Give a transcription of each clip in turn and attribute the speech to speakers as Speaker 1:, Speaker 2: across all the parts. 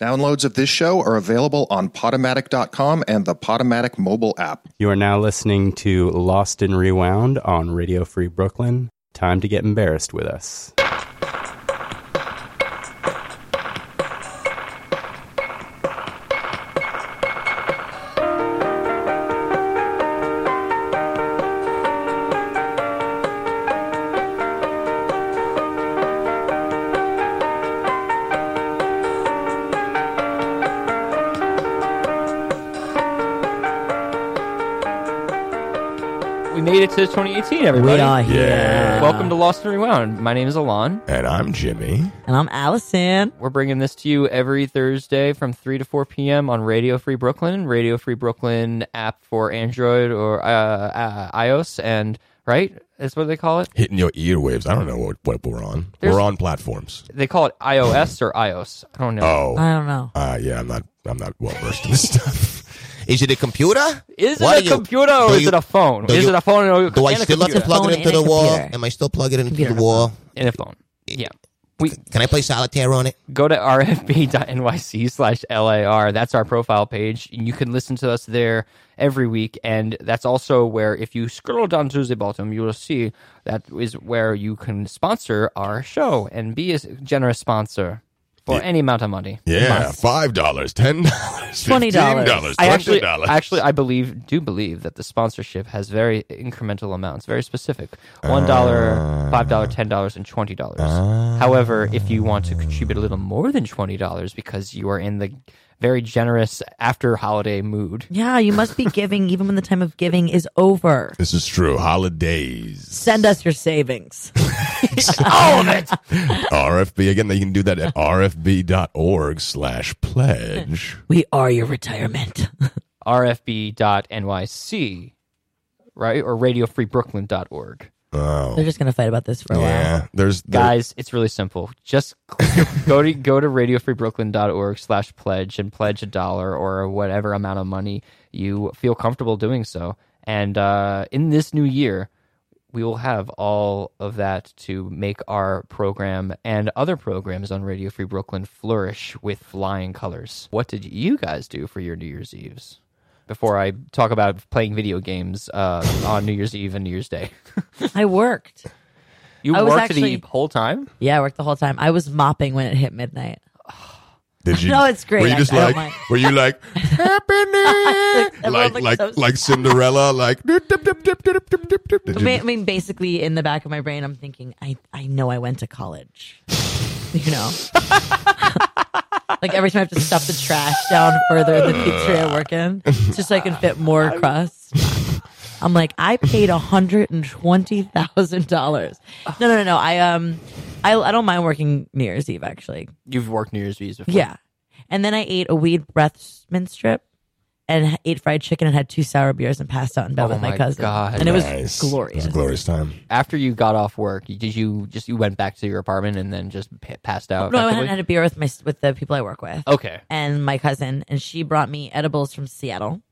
Speaker 1: Downloads of this show are available on Potomatic.com and the Potomatic mobile app.
Speaker 2: You are now listening to Lost and Rewound on Radio Free Brooklyn. Time to get embarrassed with us.
Speaker 3: We made it to 2018, everybody.
Speaker 4: We are here.
Speaker 5: Yeah.
Speaker 3: Welcome to Lost and Rewound. My name is Alon.
Speaker 5: And I'm Jimmy.
Speaker 4: And I'm Allison.
Speaker 3: We're bringing this to you every Thursday from 3 to 4 p.m. on Radio Free Brooklyn, Radio Free Brooklyn app for Android or uh, uh, iOS, and right? That's what they call it?
Speaker 5: Hitting your earwaves. I don't know what, what we're on.
Speaker 3: There's-
Speaker 5: we're on platforms.
Speaker 3: They call it iOS or iOS. I don't know.
Speaker 5: Oh.
Speaker 4: I don't know.
Speaker 5: Uh, yeah, I'm not I'm not well versed in this stuff. Is it a computer?
Speaker 3: Is
Speaker 5: What
Speaker 3: it
Speaker 5: do
Speaker 3: a
Speaker 5: you-
Speaker 3: computer or
Speaker 5: do
Speaker 3: is
Speaker 5: you-
Speaker 3: it a phone?
Speaker 5: do
Speaker 3: Is
Speaker 5: you-
Speaker 3: it a phone or
Speaker 5: Do I
Speaker 3: and a
Speaker 5: still have to
Speaker 3: computer?
Speaker 5: plug
Speaker 4: Phone
Speaker 5: it into
Speaker 4: and a
Speaker 5: the wall?
Speaker 4: computer.
Speaker 5: Am I still plugging it into
Speaker 4: Computer.
Speaker 5: the wall?
Speaker 3: and a phone? Yeah. We
Speaker 5: Can I play solitaire on it?
Speaker 3: go to rfb.nyc slash lar that's our profile page you can listen to us there every week and that's also where if you scroll down to the bottom you will see that is where you can sponsor our show and be a generous sponsor for any amount of money
Speaker 5: Yeah, five dollars, ten dollars,
Speaker 4: $20.
Speaker 3: I actually, actually, I believe, do believe that the sponsorship has very incremental amounts, very specific: one dollar, five dollar, ten dollars, and twenty dollars. However, if you want to contribute a little more than twenty dollars, because you are in the very generous after holiday mood,
Speaker 4: Yeah, you must be giving even when the time of giving is over.
Speaker 5: This is true. Holidays.
Speaker 4: Send us your savings.
Speaker 5: All of it. RFB. Again, you can do that at rfb.org slash pledge.
Speaker 4: We are your retirement.
Speaker 3: rfb.nyc, right, or RadioFreeBrooklyn.org.
Speaker 5: Oh.
Speaker 4: They're just going to fight about this for a while.
Speaker 5: Yeah. There's there-
Speaker 3: Guys, it's really simple. Just go to go to radiofreebrooklyn.org slash pledge and pledge a dollar or whatever amount of money you feel comfortable doing so. And uh, in this new year, we will have all of that to make our program and other programs on Radio Free Brooklyn flourish with flying colors. What did you guys do for your New Year's Eves? Before I talk about playing video games uh, on New Year's Eve and New Year's Day,
Speaker 4: I worked.
Speaker 3: you
Speaker 4: I was
Speaker 3: worked
Speaker 4: actually-
Speaker 3: the whole time.
Speaker 4: Yeah, I worked the whole time. I was mopping when it hit midnight.
Speaker 5: Did you?
Speaker 4: No, it's great,
Speaker 5: Were you just
Speaker 4: actually. I
Speaker 5: like?
Speaker 4: don't mind.
Speaker 5: Were you like? Happy New Year!
Speaker 4: Everyone
Speaker 5: like
Speaker 4: looks
Speaker 5: like
Speaker 4: so-
Speaker 5: like Cinderella? Like. Dip, dip, dip, dip, dip, dip, dip, dip. Did
Speaker 4: I
Speaker 5: you-
Speaker 4: mean, I mean, basically, in the back of my brain, I'm thinking, I, I know I went to college. You know? like every time I have to stuff the trash down further in the pizzeria I work in, just so I can fit more crust. I'm like, I paid $120,000. No, no, no, no. I, um, I, I don't mind working New Year's Eve, actually.
Speaker 3: You've worked New Year's Eves before.
Speaker 4: Yeah. And then I ate a weed breathman strip and h- ate fried chicken and had two sour beers and passed out in bed
Speaker 3: Oh
Speaker 4: with my,
Speaker 3: my
Speaker 4: cousin.
Speaker 3: God.
Speaker 4: And it was
Speaker 5: Nice. It
Speaker 4: glorious.
Speaker 5: was a glorious time.
Speaker 3: after you got off work, you- did you just you went back to your apartment and then just p- passed out?
Speaker 4: no, I went
Speaker 3: effectively? Oh.
Speaker 4: and had a beer with my s- with the people I work with
Speaker 3: Okay,
Speaker 4: and my cousin, and she brought me edibles from Seattle.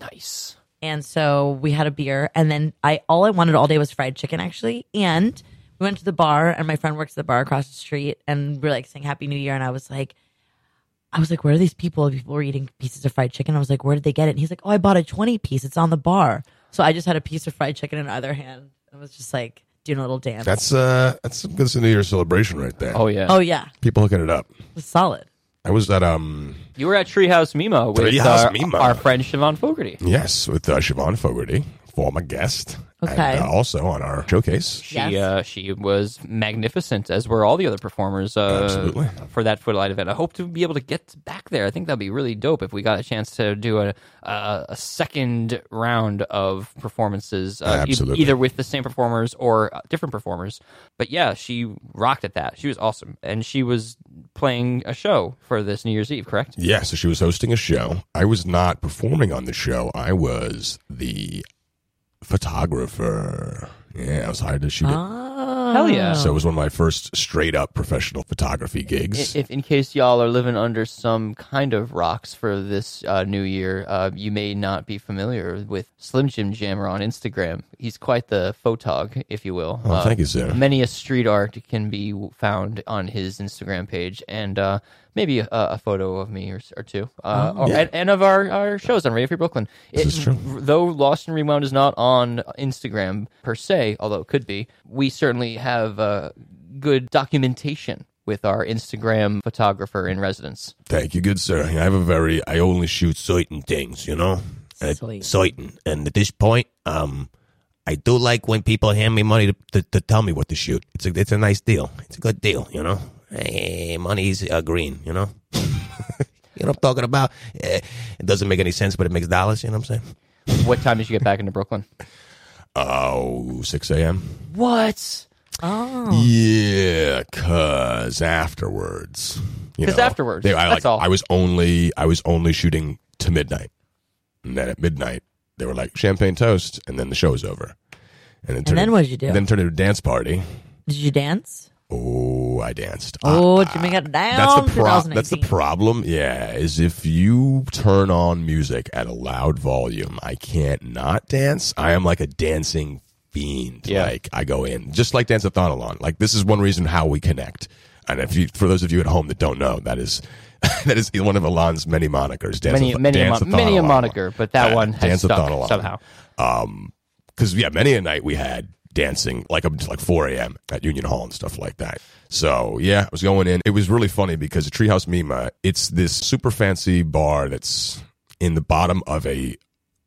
Speaker 3: nice.
Speaker 4: And so we had a beer, and then I all I wanted all day was fried chicken, actually. And we went to the bar, and my friend works at the bar across the street, and we are like saying Happy New Year, and I was like, I was like, where are these people? People were eating pieces of fried chicken. I was like, where did they get it? And he's like, oh, I bought a twenty piece. It's on the bar. So I just had a piece of fried chicken in the other hand. I was just like doing a little dance.
Speaker 5: That's uh, that's some good New Year's celebration right there.
Speaker 3: Oh yeah,
Speaker 4: oh yeah,
Speaker 5: People hooking it up.
Speaker 4: it was solid.
Speaker 5: I was at um,
Speaker 3: you were at Treehouse Mima with
Speaker 5: Treehouse
Speaker 3: our,
Speaker 5: Mima.
Speaker 3: our friend Siobhan Fogarty.
Speaker 5: yes, with uh, Siobhan Fogarty, former guest,
Speaker 4: Okay.
Speaker 5: and, uh, also on our showcase.
Speaker 3: She
Speaker 4: Yes.
Speaker 3: uh, she was magnificent, as were all the other performers uh,
Speaker 5: Absolutely.
Speaker 3: for that Footlight event. I hope to be able to get back there. I think that'd be really dope if we got a chance to do a a, a second round of performances, uh, e-
Speaker 5: Absolutely.
Speaker 3: either with the same performers or uh, different performers. But yeah, she rocked at that. She was awesome, and she was playing a show for this New Year's Eve, correct?
Speaker 5: Yeah, so she was hosting a show. I was not performing on the show. I was the photographer. Yeah, I was hired to shoot it.
Speaker 4: Oh
Speaker 3: Hell yeah!
Speaker 5: So it was one of my first straight up professional photography gigs.
Speaker 3: I- If in case y'all are living under some kind of rocks for this uh, new year, uh, you may not be familiar with Slim Jim Jammer on Instagram. He's quite the photog, if you will.
Speaker 5: Oh,
Speaker 3: Uh,
Speaker 5: thank you, sir.
Speaker 3: Many a street art can be found on his Instagram page, and uh, maybe a, a photo of me or, s- or two, uh, or,
Speaker 5: Oh, Yeah.
Speaker 3: and, and of our, our shows on Radio Free Brooklyn. It,
Speaker 5: is true.
Speaker 3: Though Lost and Rewound is not on Instagram per se, although it could be, we certainly have uh, good documentation with our Instagram photographer in residence.
Speaker 5: Thank you, good sir. I have a very I only shoot certain things, you know? Uh,
Speaker 6: Certain.
Speaker 5: certain. And at this point, um I do like when people hand me money to, to, to tell me what to shoot. It's a it's a nice deal. It's a good deal, you know? Hey, money's uh, green, you know? you know what I'm talking about? Eh, it doesn't make any sense, but it makes dollars, you know what I'm saying?
Speaker 3: What time did you get back into Brooklyn?
Speaker 5: Oh, 6 a.m.
Speaker 3: What?
Speaker 6: Oh,
Speaker 5: Yeah, cause afterwards, you
Speaker 3: 'Cause
Speaker 5: know,
Speaker 3: afterwards,
Speaker 5: they- I,
Speaker 3: that's
Speaker 5: like,
Speaker 3: all.
Speaker 5: I was only I was only shooting to midnight, and then at midnight they were like champagne toast, and then the show was over, and, it turned-
Speaker 6: then what'd you do?
Speaker 5: Then it turned into a dance party.
Speaker 6: did you dance?
Speaker 5: Oh, I danced.
Speaker 6: Oh, Jimmy got down.
Speaker 5: Ah, That's the, pro- that's the
Speaker 6: 2018.
Speaker 5: problem. Yeah, is if you turn on music at a loud volume, I can't not dance. I am like a dancing fiend.
Speaker 3: Yeah.
Speaker 5: Like I go in just like dance a thonalon. Like this is one reason how we connect. And if you, for those of you at home that don't know, that is that is one of Alon's many monikers. Dance Uh,
Speaker 3: Many, many, a, mon- many a moniker, but that
Speaker 5: Yeah,
Speaker 3: one has
Speaker 5: dance-a-thon-a-lot.
Speaker 3: stuck somehow.
Speaker 5: because yeah, many a night we had dancing like up to like 4 a.m. at Union Hall and stuff like that. So yeah, I was going in. It was really funny because the Treehouse Mima, it's this super fancy bar that's in the bottom of a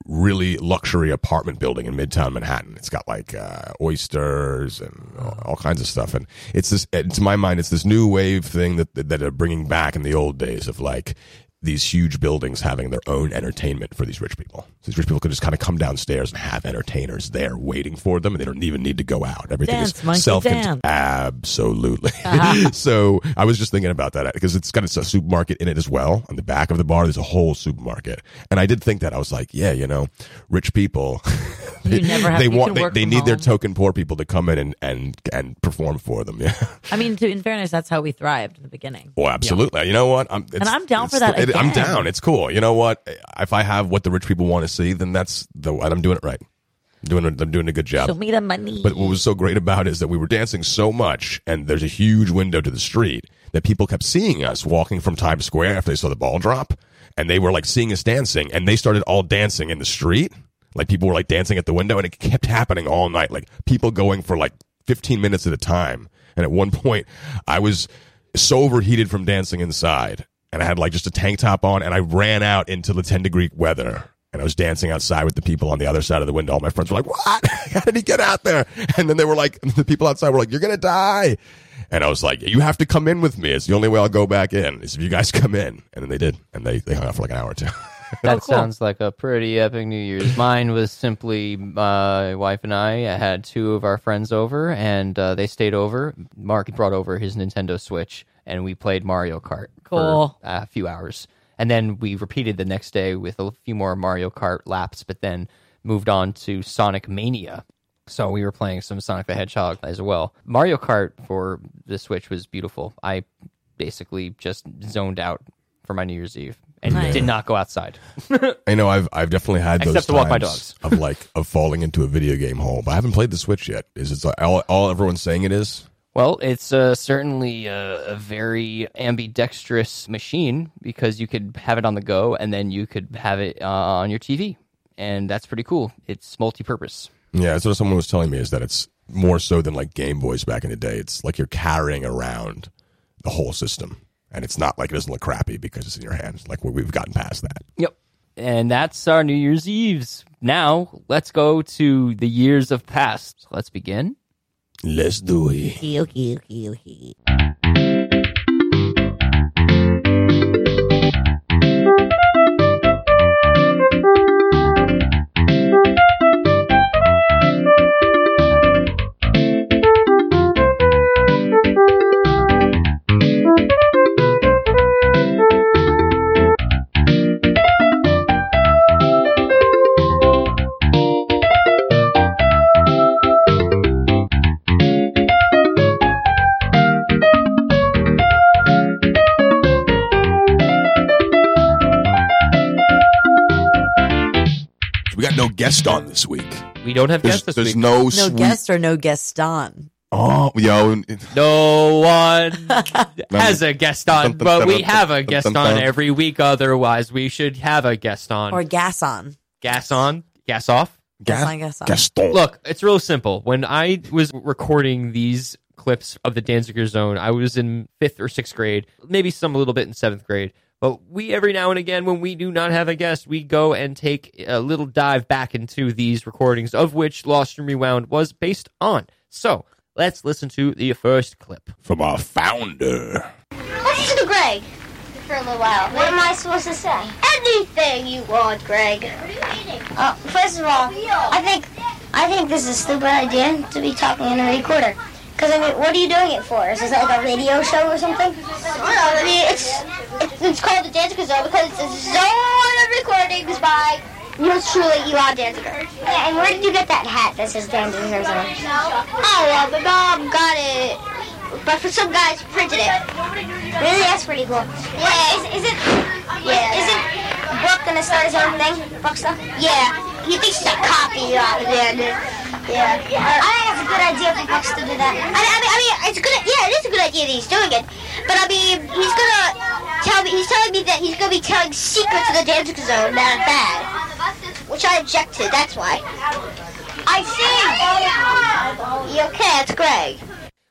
Speaker 5: really luxury apartment building in Midtown Manhattan. It's got like uh, oysters and all, all kinds of stuff, and it's this. and To my mind, it's this new wave thing that that are bringing back in the old days of like these huge buildings having their own entertainment for these rich people. So these rich people can just kind of come downstairs and have entertainers there waiting for them, and they don't even need to go out. Everything
Speaker 6: Dance, monkey,
Speaker 5: is self-contained.
Speaker 6: dance.
Speaker 5: Absolutely.
Speaker 6: Uh-huh.
Speaker 5: so I was just thinking about that because it's got a supermarket in it as well. On the back of the bar, there's a whole supermarket. And I did think that I was like, yeah, you know, rich people.
Speaker 6: You never have-
Speaker 5: they
Speaker 6: you
Speaker 5: want
Speaker 6: can
Speaker 5: they,
Speaker 6: work
Speaker 5: they
Speaker 6: from
Speaker 5: need their
Speaker 6: home.
Speaker 5: token poor people to come in and and and perform for them. Yeah.
Speaker 6: I mean, to, in fairness, that's how we thrived in the beginning.
Speaker 5: Well, absolutely. You know what? I'm it's,
Speaker 6: And I'm down
Speaker 5: it's
Speaker 6: for that
Speaker 5: the- it- I'm
Speaker 6: again.
Speaker 5: down. It's cool. You know what? If I have what the rich people want to see, then that's the I'm doing it right. I'm doing it- I'm doing a good job.
Speaker 6: So me the money.
Speaker 5: But what was so great about it is that we were dancing so much, and there's a huge window to the street that people kept seeing us walking from Times Square after they saw the ball drop, and they were like seeing us dancing, and they started all dancing in the street. Like people were like dancing at the window, and it kept happening all night. Like people going for like 15 minutes at a time. And at one point, I was so overheated from dancing inside, and I had like just a tank top on, and I ran out into the 10 degree weather. And I was dancing outside with the people on the other side of the window. All my friends were like, What? How did he get out there? And then they were like, The people outside were like, You're going to die. And I was like, You have to come in with me. It's the only way I'll go back in is if you guys come in. And then they did. And they, they hung out for like an hour or two.
Speaker 6: Oh,
Speaker 3: That sounds like a pretty epic New Year's. Mine was simply my wife and I had two of our friends over, and uh, they stayed over. Mark brought over his Nintendo Switch, and we played Mario Kart
Speaker 6: Cool.
Speaker 3: for a few hours. And then we repeated the next day with a few more Mario Kart laps, but then moved on to Sonic Mania. So we were playing some Sonic the Hedgehog as well. Mario Kart for the Switch was beautiful. I basically just zoned out for my New Year's Eve and
Speaker 6: Nice.
Speaker 3: did not go outside.
Speaker 5: I know I've, I've definitely had those
Speaker 3: Except to walk my
Speaker 5: times of like of falling into a video game hole, but I haven't played the Switch yet. Is it's like all, all everyone's saying it is?
Speaker 3: Well, it's uh, certainly uh, a, a very ambidextrous machine because you could have it on the go and then you could have it uh, on your TV. And that's pretty cool. It's multi purpose.
Speaker 5: Yeah, that's what someone was telling me is that it's more so than like Game Boys back in the day. It's like you're carrying around the whole system. And it's not like it doesn't look crappy because it's in your hand. Like we- we've gotten past that.
Speaker 3: Yep. And that's our New Year's Eves. Now, let's go to the years of past. So let's begin.
Speaker 5: Let's do it.
Speaker 6: Okay, okay, okay, okay.
Speaker 5: We got no guest on this week.
Speaker 3: We don't have
Speaker 5: There's,
Speaker 3: guests this
Speaker 5: there's
Speaker 3: week.
Speaker 5: no
Speaker 6: No
Speaker 5: sweet
Speaker 6: guest or no guest on.
Speaker 5: Oh, yo,
Speaker 3: No one has a guest on,
Speaker 5: Dun, dun,
Speaker 3: but
Speaker 5: dun,
Speaker 3: we
Speaker 5: dun,
Speaker 3: have a
Speaker 5: dun,
Speaker 3: guest
Speaker 5: dun,
Speaker 3: on
Speaker 5: dun.
Speaker 3: every week. Otherwise, we should have a guest
Speaker 6: or
Speaker 3: on.
Speaker 6: gas on.
Speaker 3: Gas on, gas off.
Speaker 6: Gas on, gas on.
Speaker 5: Gaston.
Speaker 3: Look, it's real simple. When I was recording these clips of the Danziger Zone, I was in fifth or sixth grade, maybe some a little bit in seventh grade. But we, every now and again, when we do not have a guest, we go and take a little dive back into these recordings, of which Lost and Rewound was based on. So let's listen to the first clip.
Speaker 5: from our founder.
Speaker 7: Listen to Greg for a little while. What am I supposed to say? Anything you want, Greg. What are you eating? Uh, first of all, I think I think this is a stupid idea to be talking in a recorder. Because I mean, what are you doing it for? Is this like a radio show or something? I mean, it's it's, it's called the Danziger Zone because it's a zone of recordings by yours truly, Elon Danziger. Yeah, and where did you get that hat that says Danziger Zone? Oh, uh, my mom got it, but for some guys printed it. Really, that's pretty cool. Yeah, is, is it? Yeah, isn't Brooke gonna start his own thing? Brooke stuff? Yeah, he thinks he's a copy of it. Yeah, I think it's a good idea for Brooks to do that. I mean, I mean, I mean, it's good. Yeah, it is a good idea that he's doing it. But I mean, he's gonna tell me. He's telling me that he's gonna be telling secrets of the Danzig Zone, not bad, which I object to. That's why. I see. You okay? It's Greg.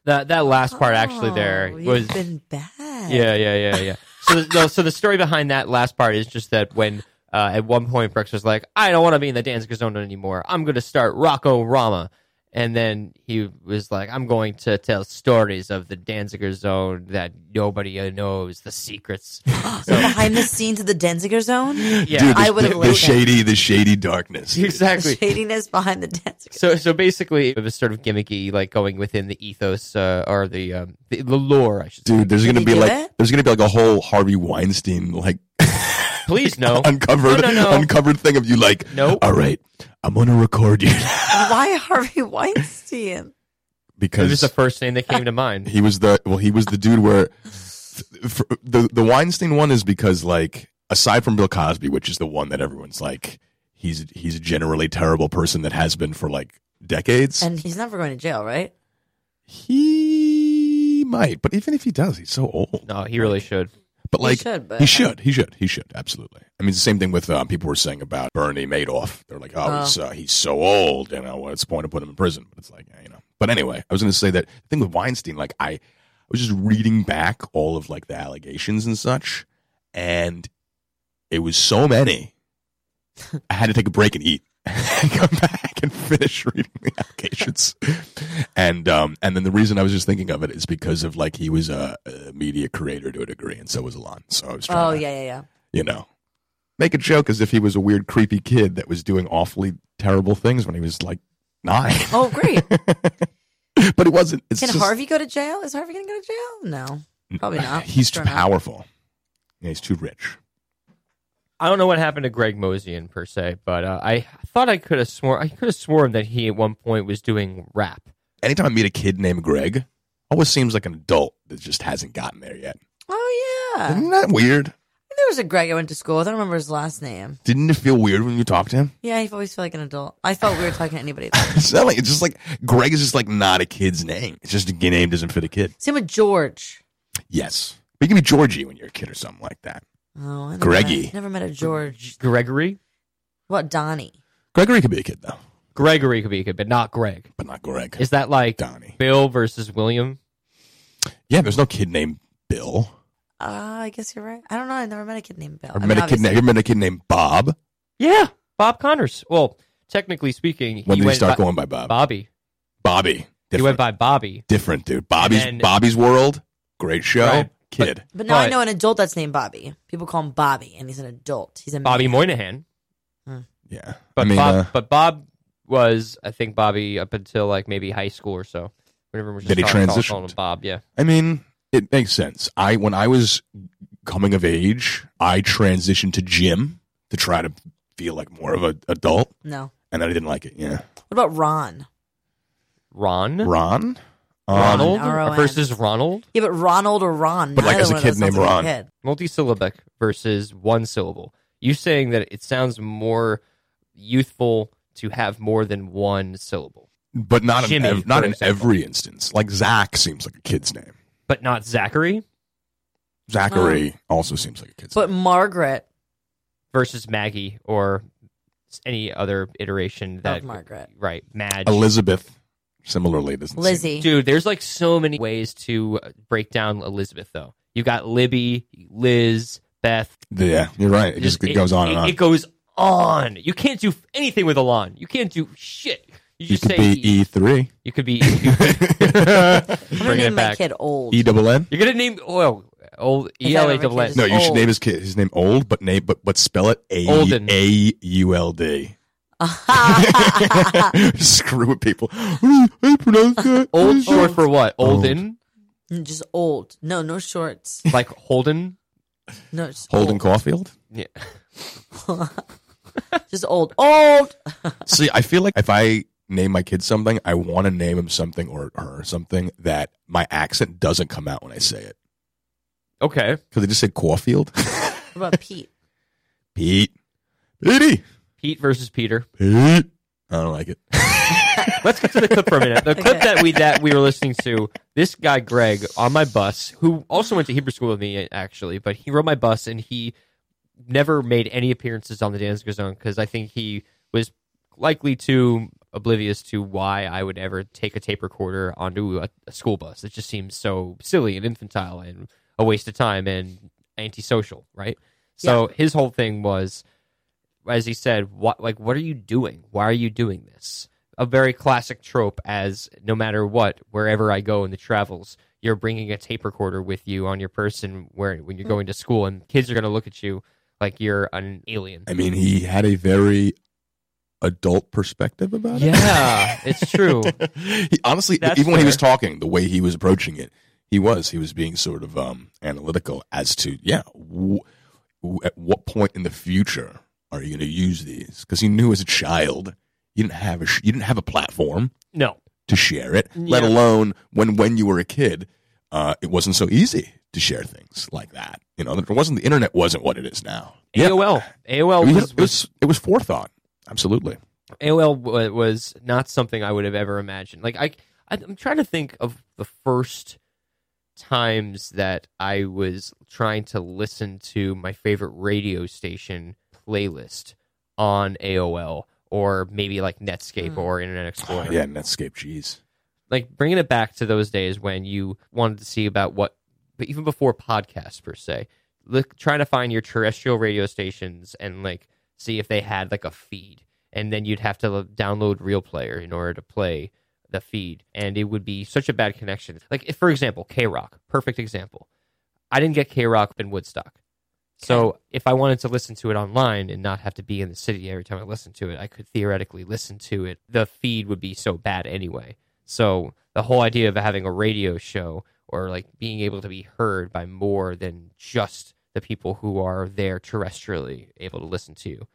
Speaker 3: That that last part actually there
Speaker 6: Oh,
Speaker 3: was
Speaker 6: you've been bad.
Speaker 3: yeah yeah yeah yeah. so no, so the story behind that last part is just that when uh, at one point Brooks was like, I don't want to be in the Danziger Zone anymore. I'm going to start Rocco Rama, and then he was like, I'm going to tell stories of the Danziger Zone that nobody uh, knows the secrets.
Speaker 6: So behind the scenes of the Denziger zone,
Speaker 3: Yeah,
Speaker 5: Dude, the,
Speaker 6: I would've
Speaker 5: the, the
Speaker 6: laid it.
Speaker 5: shady, the shady darkness.
Speaker 6: the
Speaker 3: exactly.
Speaker 6: shadiness behind the Denziger.
Speaker 3: So, so basically, it was sort of gimmicky, like going within the ethos uh, or the, um, the the lore, I should say.
Speaker 5: Dude, there's
Speaker 6: Can
Speaker 5: gonna
Speaker 6: you
Speaker 5: be
Speaker 6: do
Speaker 5: like
Speaker 6: it?
Speaker 5: there's gonna be like a whole Harvey Weinstein like
Speaker 3: Please no.
Speaker 5: uncovered
Speaker 3: Oh. No, no, no.
Speaker 5: uncovered thing of you like
Speaker 3: Nope.
Speaker 5: all right, I'm gonna record you
Speaker 6: Why Harvey Weinstein?
Speaker 3: It was
Speaker 5: because
Speaker 3: the first name that came to mind.
Speaker 5: he was the well he was the dude where f- f- the the Weinstein one is because like aside from Bill Cosby, which is the one that everyone's like he's he's a generally terrible person that has been for like decades.
Speaker 6: And he's never going to jail, right?
Speaker 5: he might, but even if he does, he's so old.
Speaker 3: No, he really should.
Speaker 5: But
Speaker 6: He
Speaker 5: like
Speaker 6: should, but-
Speaker 5: he should, he should, he should, absolutely. I mean, it's the same thing with um, people were saying about Bernie Madoff. They're like, oh,
Speaker 6: Oh.
Speaker 5: He's, uh, he's so old, you know, what's the point of putting him in prison? But it's like, yeah, you know. But anyway, I was going to say that the thing with Weinstein, like I, I was just reading back all of like the allegations and such, and it was so many. I had to take a break and eat, and come back and finish reading the applications. and um, and then the reason I was just thinking of it is because of like he was a, a media creator to a degree, and so was Elon. So I was trying,
Speaker 6: Oh
Speaker 5: to,
Speaker 6: yeah, yeah, yeah.
Speaker 5: you know, make a joke as if he was a weird, creepy kid that was doing awfully terrible things when he was like nine,
Speaker 6: Oh great.
Speaker 5: but it wasn't. It's
Speaker 6: Can
Speaker 5: just- Mm,
Speaker 6: Harvey go to jail? Is Harvey going to go to jail? No, probably not.
Speaker 5: He's too
Speaker 6: Sure not.
Speaker 5: powerful. Yeah, he's too rich.
Speaker 3: I don't know what happened to Greg Mosian per se, but uh, I thought I could have sworn I could have sworn that he at one point was doing rap.
Speaker 5: Anytime I meet a kid named Greg, always seems like an adult that just hasn't gotten there yet.
Speaker 6: Oh yeah.
Speaker 5: Isn't that weird?
Speaker 6: There was a Greg I went to school with. I don't remember his last name.
Speaker 5: Didn't it feel weird when you talked to him?
Speaker 6: Yeah, he always felt like an adult. I felt weird talking to anybody.
Speaker 5: It's not like it's just like Greg is just like not a kid's name. It's just a g- name doesn't fit a kid.
Speaker 6: Same with George.
Speaker 5: Yes, but you can be Georgie when you're a kid or something like that.
Speaker 6: Oh, I never
Speaker 5: Greggy.
Speaker 6: Met, never met a George.
Speaker 3: Gregory,
Speaker 6: What Donnie?
Speaker 5: Gregory could be a kid though,
Speaker 3: Gregory could be good, but not Greg.
Speaker 5: but not Greg.
Speaker 3: Is that like
Speaker 5: Donnie.
Speaker 3: Bill versus William?
Speaker 5: Yeah, there's no kid named Bill.
Speaker 6: Uh, I guess you're right. I don't know. I never met a kid named Bill.
Speaker 5: Or
Speaker 6: I
Speaker 5: met a kid.
Speaker 6: obviously-
Speaker 5: Na- you met a kid named Bob.
Speaker 3: Yeah, Bob Connors. Well, technically speaking,
Speaker 5: When
Speaker 3: he
Speaker 5: did he
Speaker 3: went
Speaker 5: start
Speaker 3: by-
Speaker 5: going by Bob?
Speaker 3: Bobby.
Speaker 5: Bobby.
Speaker 3: He
Speaker 5: Different,
Speaker 3: went by Bobby.
Speaker 5: different dude. Bobby's
Speaker 3: And then-
Speaker 5: Bobby's World. Great show.
Speaker 3: Right,
Speaker 5: Kid.
Speaker 6: But now I
Speaker 3: But-
Speaker 6: know an adult that's named Bobby. People call him Bobby, and he's an adult. He's a
Speaker 3: Bobby
Speaker 6: man.
Speaker 3: Moynihan.
Speaker 5: yeah.
Speaker 3: But
Speaker 5: I mean,
Speaker 3: Bob,
Speaker 5: uh,
Speaker 3: but Bob was I think Bobby up until like maybe high school or so. Whenever we
Speaker 5: Then he
Speaker 3: Calling
Speaker 5: transitioned.
Speaker 3: him Bob, yeah.
Speaker 5: I mean, it makes sense. I when I was coming of age, I transitioned to Jim to try to feel like more of an adult,
Speaker 6: No.
Speaker 5: and then I didn't like it. Yeah.
Speaker 6: What about Ron?
Speaker 3: Ron,
Speaker 5: Ron. Um,
Speaker 3: Ronald
Speaker 6: R O N.
Speaker 3: versus Ronald.
Speaker 6: Yeah, but Ronald or Ron.
Speaker 5: But, like,
Speaker 6: neither
Speaker 5: as a
Speaker 6: one of
Speaker 5: kid
Speaker 6: those sounds
Speaker 5: named
Speaker 6: like a
Speaker 5: Ron.
Speaker 6: kid.
Speaker 3: multisyllabic versus one syllable. You saying that it sounds more youthful to have more than one syllable.
Speaker 5: but not in
Speaker 3: Jimmy,
Speaker 5: ev- not
Speaker 3: for
Speaker 5: in
Speaker 3: example.
Speaker 5: every instance. Like Zach seems like a kid's name.
Speaker 3: but not Zachary
Speaker 5: Zachary also seems like a kid's
Speaker 6: But
Speaker 5: name.
Speaker 6: Margaret
Speaker 3: versus Maggie or s- any other iteration that
Speaker 6: of Margaret.
Speaker 3: right Madge.
Speaker 5: Elizabeth similarly doesn't. seem-
Speaker 6: Lizzie.
Speaker 3: Dude, there's like so many ways to uh, break down Elizabeth though. You got Libby, Liz, Beth.
Speaker 5: yeah, you're right. It just it goes on and
Speaker 3: it-
Speaker 5: on.
Speaker 3: It goes on. You can't do anything with Alon. You can't do shit. You
Speaker 5: you
Speaker 3: just
Speaker 5: could
Speaker 3: say
Speaker 5: be E three.
Speaker 3: you could be. E. You
Speaker 6: I'm
Speaker 3: bringing
Speaker 6: gonna
Speaker 3: it
Speaker 6: name my
Speaker 3: back.
Speaker 6: kid old.
Speaker 5: E double N.
Speaker 3: You're gonna name oh old
Speaker 6: I
Speaker 3: E L A
Speaker 6: remember
Speaker 3: double N.
Speaker 6: kids.
Speaker 5: No, you should
Speaker 6: Old.
Speaker 5: name his kid his name old, but name but but spell it A
Speaker 3: Olden.
Speaker 5: A U L D. Screw with people. I pronounce that.
Speaker 3: Old short for what? Olden,
Speaker 6: Just old. No, no shorts.
Speaker 3: like Holden.
Speaker 6: No, just
Speaker 5: Holden Caulfield.
Speaker 3: Yeah.
Speaker 6: old. Just old. Old.
Speaker 5: See, I feel like if I name my kid something, I want to name him something or her something that my accent doesn't come out when I say it.
Speaker 3: Okay.
Speaker 5: Because I just said Caulfield.
Speaker 6: What about Pete?
Speaker 5: Pete. Petey.
Speaker 3: Pete versus Peter.
Speaker 5: Pete. I don't like it.
Speaker 3: Let's get to the clip for a minute. The clip
Speaker 6: Okay.
Speaker 3: that we that we were listening to, this guy Greg on my bus, who also went to Hebrew school with me actually, but he rode my bus and he never made any appearances on the Danziger Zone because I think he was likely too oblivious to why I would ever take a tape recorder onto a, a school bus. It just seems so silly and infantile and a waste of time and antisocial, right? So his whole thing was, as he said, what like what are you doing? Why are you doing this? A very classic trope as no matter what, wherever I go in the travels, you're bringing a tape recorder with you on your person where when you're going to school and kids are going to look at you like you're an alien.
Speaker 5: I mean, he had a very adult perspective about it.
Speaker 3: Yeah, it's true.
Speaker 5: he, honestly,
Speaker 3: That's
Speaker 5: even when he was
Speaker 3: fair.
Speaker 5: talking, the way he was approaching it, he was he was being sort of um, analytical as to yeah, w- w- at what point in the future are you going to use these? Because he knew as a child you didn't have a sh- you didn't have a platform
Speaker 3: No.
Speaker 5: to share it, let
Speaker 3: Yeah.
Speaker 5: alone when when you were a kid, uh, it wasn't so easy to share things like that. You know, there wasn't the internet wasn't what it is now.
Speaker 3: AOL.
Speaker 5: I
Speaker 3: AOL
Speaker 5: mean,
Speaker 3: Oh, was,
Speaker 5: it was it was forethought. Absolutely.
Speaker 3: AOL wa- was not something I would have ever imagined. Like I, I- I'm trying to think of the first times that I was trying to listen to my favorite radio station playlist on AOL or maybe like Netscape
Speaker 6: Mm.
Speaker 3: or Internet Explorer.
Speaker 5: yeah, Netscape. Jeez.
Speaker 3: Like bringing it back to those days when you wanted to see about what, but even before podcasts per se, look trying to find your terrestrial radio stations and like see if they had like a feed and then you'd have to l- download real player in order to play the feed and it would be such a bad connection like if, for example k-rock perfect example i didn't get k-rock in woodstock so if i wanted to listen to it online and not have to be in the city every time i listened to it i could theoretically listen to it the feed would be so bad anyway so the whole idea of having a radio show or like being able to be heard by more than just the people who are there terrestrially able to listen to you